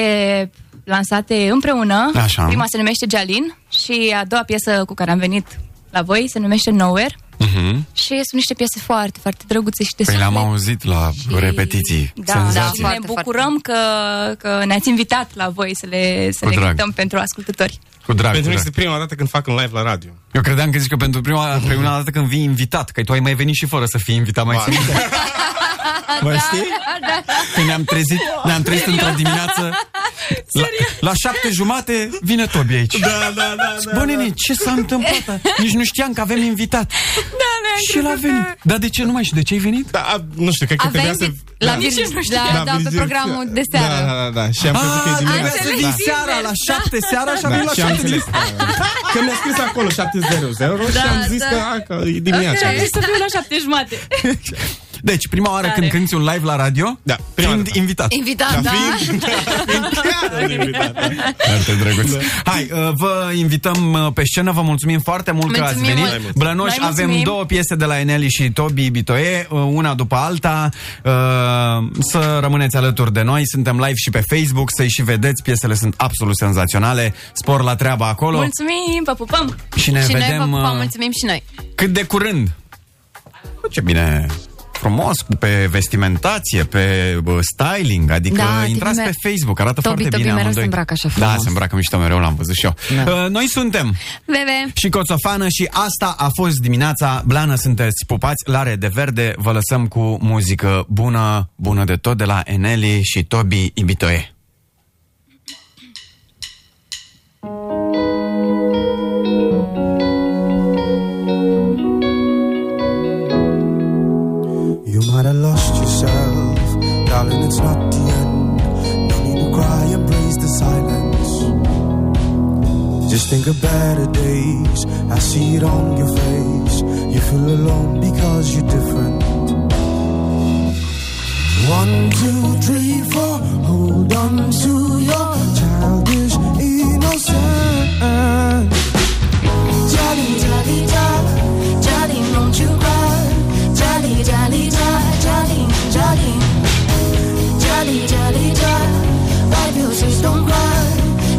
[SPEAKER 12] lansate împreună.
[SPEAKER 2] Așa.
[SPEAKER 12] Prima se numește Jalin și a doua piesă cu care am venit la voi se numește Nowhere.
[SPEAKER 2] Mhm.
[SPEAKER 12] Și sunt niște piese foarte, foarte drăguțe și de
[SPEAKER 2] Păi l-am
[SPEAKER 12] suflet.
[SPEAKER 2] auzit la repetiții.
[SPEAKER 12] Da,
[SPEAKER 2] Senzație.
[SPEAKER 12] da, ne
[SPEAKER 11] Foarte,
[SPEAKER 12] bucurăm că, că ne-ați invitat la voi să le, să
[SPEAKER 2] Cu
[SPEAKER 12] le
[SPEAKER 2] drag.
[SPEAKER 12] cântăm pentru ascultători.
[SPEAKER 2] Cu drag, cu
[SPEAKER 13] Pentru mine
[SPEAKER 2] drag.
[SPEAKER 13] este prima dată când fac un live la radio.
[SPEAKER 2] Eu credeam că zici că pentru prima, prima dată când vii invitat, că tu ai mai venit și fără să fii invitat mai
[SPEAKER 13] Ba,
[SPEAKER 2] ții [LAUGHS] minte?
[SPEAKER 12] Da,
[SPEAKER 2] Mai știi? Că ne-am trezit, ne-am trezit într-o dimineață. La, la șapte jumate vine Tobi aici.
[SPEAKER 13] Da, da, da.
[SPEAKER 2] Zic, Bă, nene, ce s-a întâmplat? Nici nu știam că avem invitat. Da, și el a venit. Dar de ce nu mai știu? De ce ai venit?
[SPEAKER 13] da a, nu știu, cred că
[SPEAKER 11] Avea
[SPEAKER 13] trebuia să...
[SPEAKER 11] invit la, Virgil, la, da, pe
[SPEAKER 13] Virgil-
[SPEAKER 11] programul de seară.
[SPEAKER 13] Da, da, da, da. Și am crezut că e
[SPEAKER 2] Ah,
[SPEAKER 13] dimineața.
[SPEAKER 2] avea să vii seara la șapte seara și a venit
[SPEAKER 13] Da,
[SPEAKER 2] la
[SPEAKER 13] și am
[SPEAKER 2] șapte
[SPEAKER 13] înțeles. Că mi-a scris acolo
[SPEAKER 11] Da,
[SPEAKER 13] 700 și am zis că, a, că e dimineața.
[SPEAKER 12] Trebuie să fiu la șapte jumate.
[SPEAKER 2] Deci, prima oară
[SPEAKER 12] Tare.
[SPEAKER 2] când cânti un live la radio,
[SPEAKER 13] Da, prima
[SPEAKER 2] fiind
[SPEAKER 13] dată.
[SPEAKER 2] invitat.
[SPEAKER 11] Invitat, da?
[SPEAKER 13] [LAUGHS]
[SPEAKER 2] Foarte drăguț.
[SPEAKER 13] Da.
[SPEAKER 2] Hai, uh, vă invităm uh, pe scenă, vă mulțumim foarte mult că ați
[SPEAKER 11] Mulțumim
[SPEAKER 2] venit.
[SPEAKER 11] mult.
[SPEAKER 12] Noi
[SPEAKER 2] Blănoș, avem
[SPEAKER 12] mulțumim.
[SPEAKER 2] două piese de la Eneli și Tobi Bitoie, uh, una după alta. Uh, Să rămâneți alături de noi, suntem live și pe Facebook, să-i și vedeți, piesele sunt absolut senzaționale. Spor la treaba acolo
[SPEAKER 12] Mulțumim, vă pupăm!
[SPEAKER 2] și ne
[SPEAKER 11] Și noi vă,
[SPEAKER 2] vedem
[SPEAKER 11] vă
[SPEAKER 2] uh,
[SPEAKER 11] mulțumim și noi.
[SPEAKER 2] cât de curând. Bă, Ce bine frumos, pe vestimentație, pe bă, styling, adică
[SPEAKER 11] Da,
[SPEAKER 2] da,
[SPEAKER 11] Tibi
[SPEAKER 2] intrați pe
[SPEAKER 11] mer-
[SPEAKER 2] Facebook, arată
[SPEAKER 11] Tobi-
[SPEAKER 2] foarte
[SPEAKER 11] Tobi
[SPEAKER 2] bine
[SPEAKER 11] mereu
[SPEAKER 2] amândoi.
[SPEAKER 11] se îmbracă așa
[SPEAKER 2] Da,
[SPEAKER 11] frumos.
[SPEAKER 2] se îmbracă mișto mereu, l-am văzut și eu. Da. Uh, noi suntem
[SPEAKER 11] Bebe!
[SPEAKER 2] și Coțofană și asta a fost dimineața. Blană, sunteți pupați, lare de verde, vă lăsăm cu muzică bună, bună de tot de la Eneli și Tobi Ibitoe.
[SPEAKER 8] You might have lost yourself, darling. It's not the end. No need to cry, embrace the silence. Just think of better days. I see it on your face. You feel alone because you're different. One, two, three, four. Hold on to your childish innocence.
[SPEAKER 3] Jolly, jolly, jolly, jolly, won't you cry? Jolly, jolly, jolly, jolly, jolly, jolly, jolly, jolly. Wipe your tears, don't cry.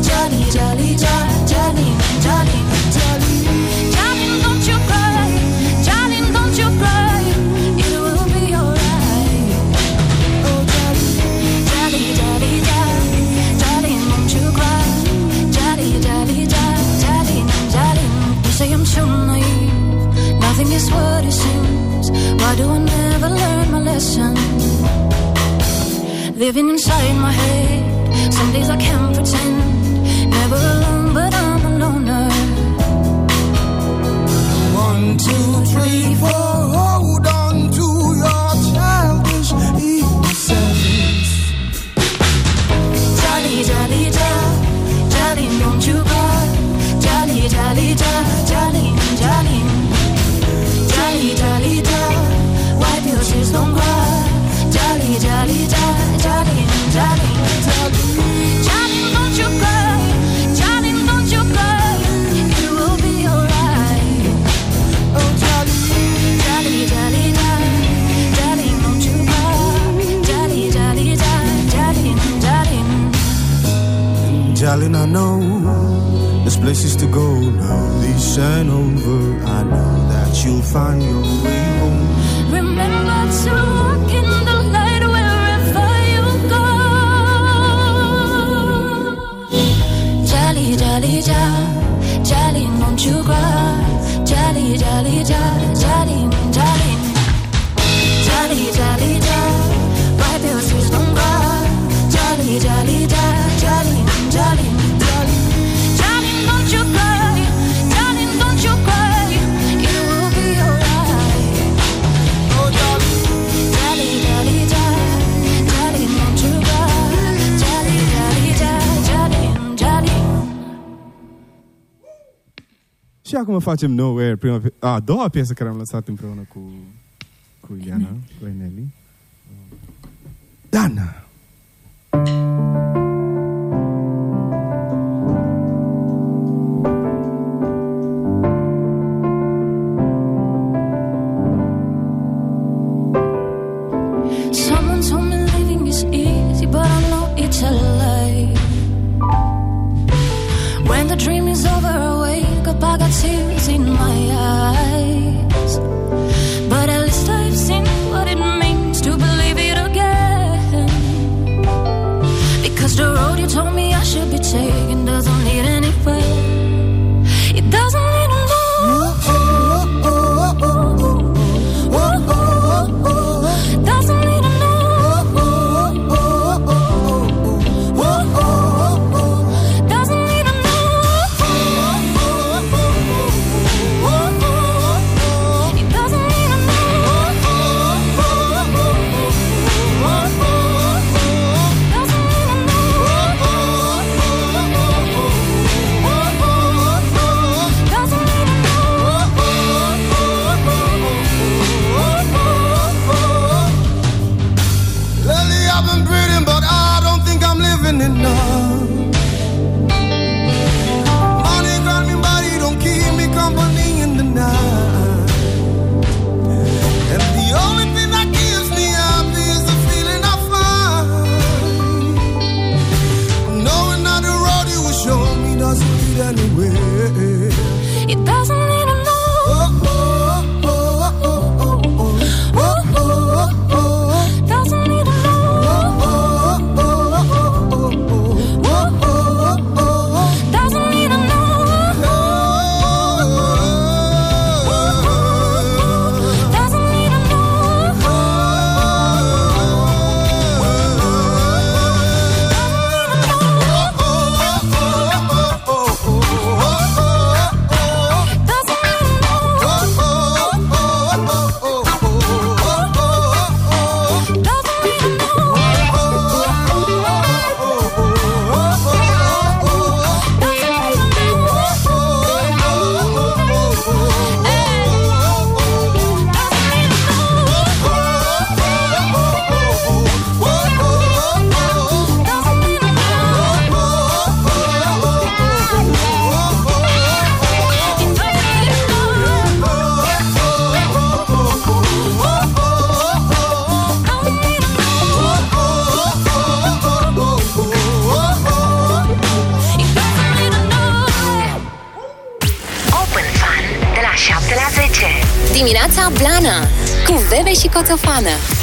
[SPEAKER 3] Jolly, jolly, jolly, jolly, jolly, jolly. Jolly, don't you cry. Jolly, don't you cry. It will be alright. Oh, jolly, jolly, jolly, jolly, jolly, won't you cry? Jolly, jolly, jolly, jolly, jolly. You say I'm so naive. Nothing is what it seems. Why do I never learn my lesson? Living inside my head. Some days I can't pretend. Never alone, but I'm a loner.
[SPEAKER 8] One, two, three, four. Hold on to your childish innocence.
[SPEAKER 3] Jolly, jolly, jolly, jolly, don't you cry. Jolly, jolly, jolly, jolly, jolly. Jolly, jolly, jolly, wipe your tears, don't cry. Jolly, jolly, jolly, jolly, jolly, jolly. Jolly, don't you cry. Jolly, don't you cry. It will be alright. Oh, jolly, jolly, jolly, jolly, jolly, won't you cry? Jolly, jolly, jolly, jolly, jolly.
[SPEAKER 8] Darling, I know there's places to go now. These ain't over. I know that you'll find your way home.
[SPEAKER 3] Remember to walk in the light wherever you go. Jolly, jolly, jolly, jolly, don't you cry. Jolly, jolly, jolly, jolly, jolly. Jolly, jolly, jolly, wipe your tears, don't cry. Jolly, jolly, jolly, jolly, jolly, jolly. Jolly, don't you cry. Jolly, don't you cry. It will be alright. Oh, jolly, jolly, jolly, jolly, jolly, don't you cry. Jolly, jolly, jolly, jolly, jolly.
[SPEAKER 8] Și acum facem Nowhere, prima, pi- a, a doua piesă care am lăsat împreună cu, cu Ileana, cu Eneli. Dana!
[SPEAKER 3] Someone told me living is easy, but I know it's a lie. it's shaking doesn't lead anywhere. It doesn't lead nowhere. Doesn't lead nowhere. Doesn't lead nowhere. It doesn't lead
[SPEAKER 8] Lately I've been breathing, but I don't think I'm living enough. Money grind me, but it don't keep me company in the night. And the only thing that keeps me happy is the feeling I find. Knowing that the road you will show me doesn't lead anywhere.
[SPEAKER 3] It doesn't lead to no. Doesn't lead to no. Doesn't lead to no. Doesn't lead to
[SPEAKER 14] Open Fun de la 7 la 10. Dimineața Blana cu Bebe și Coțofană.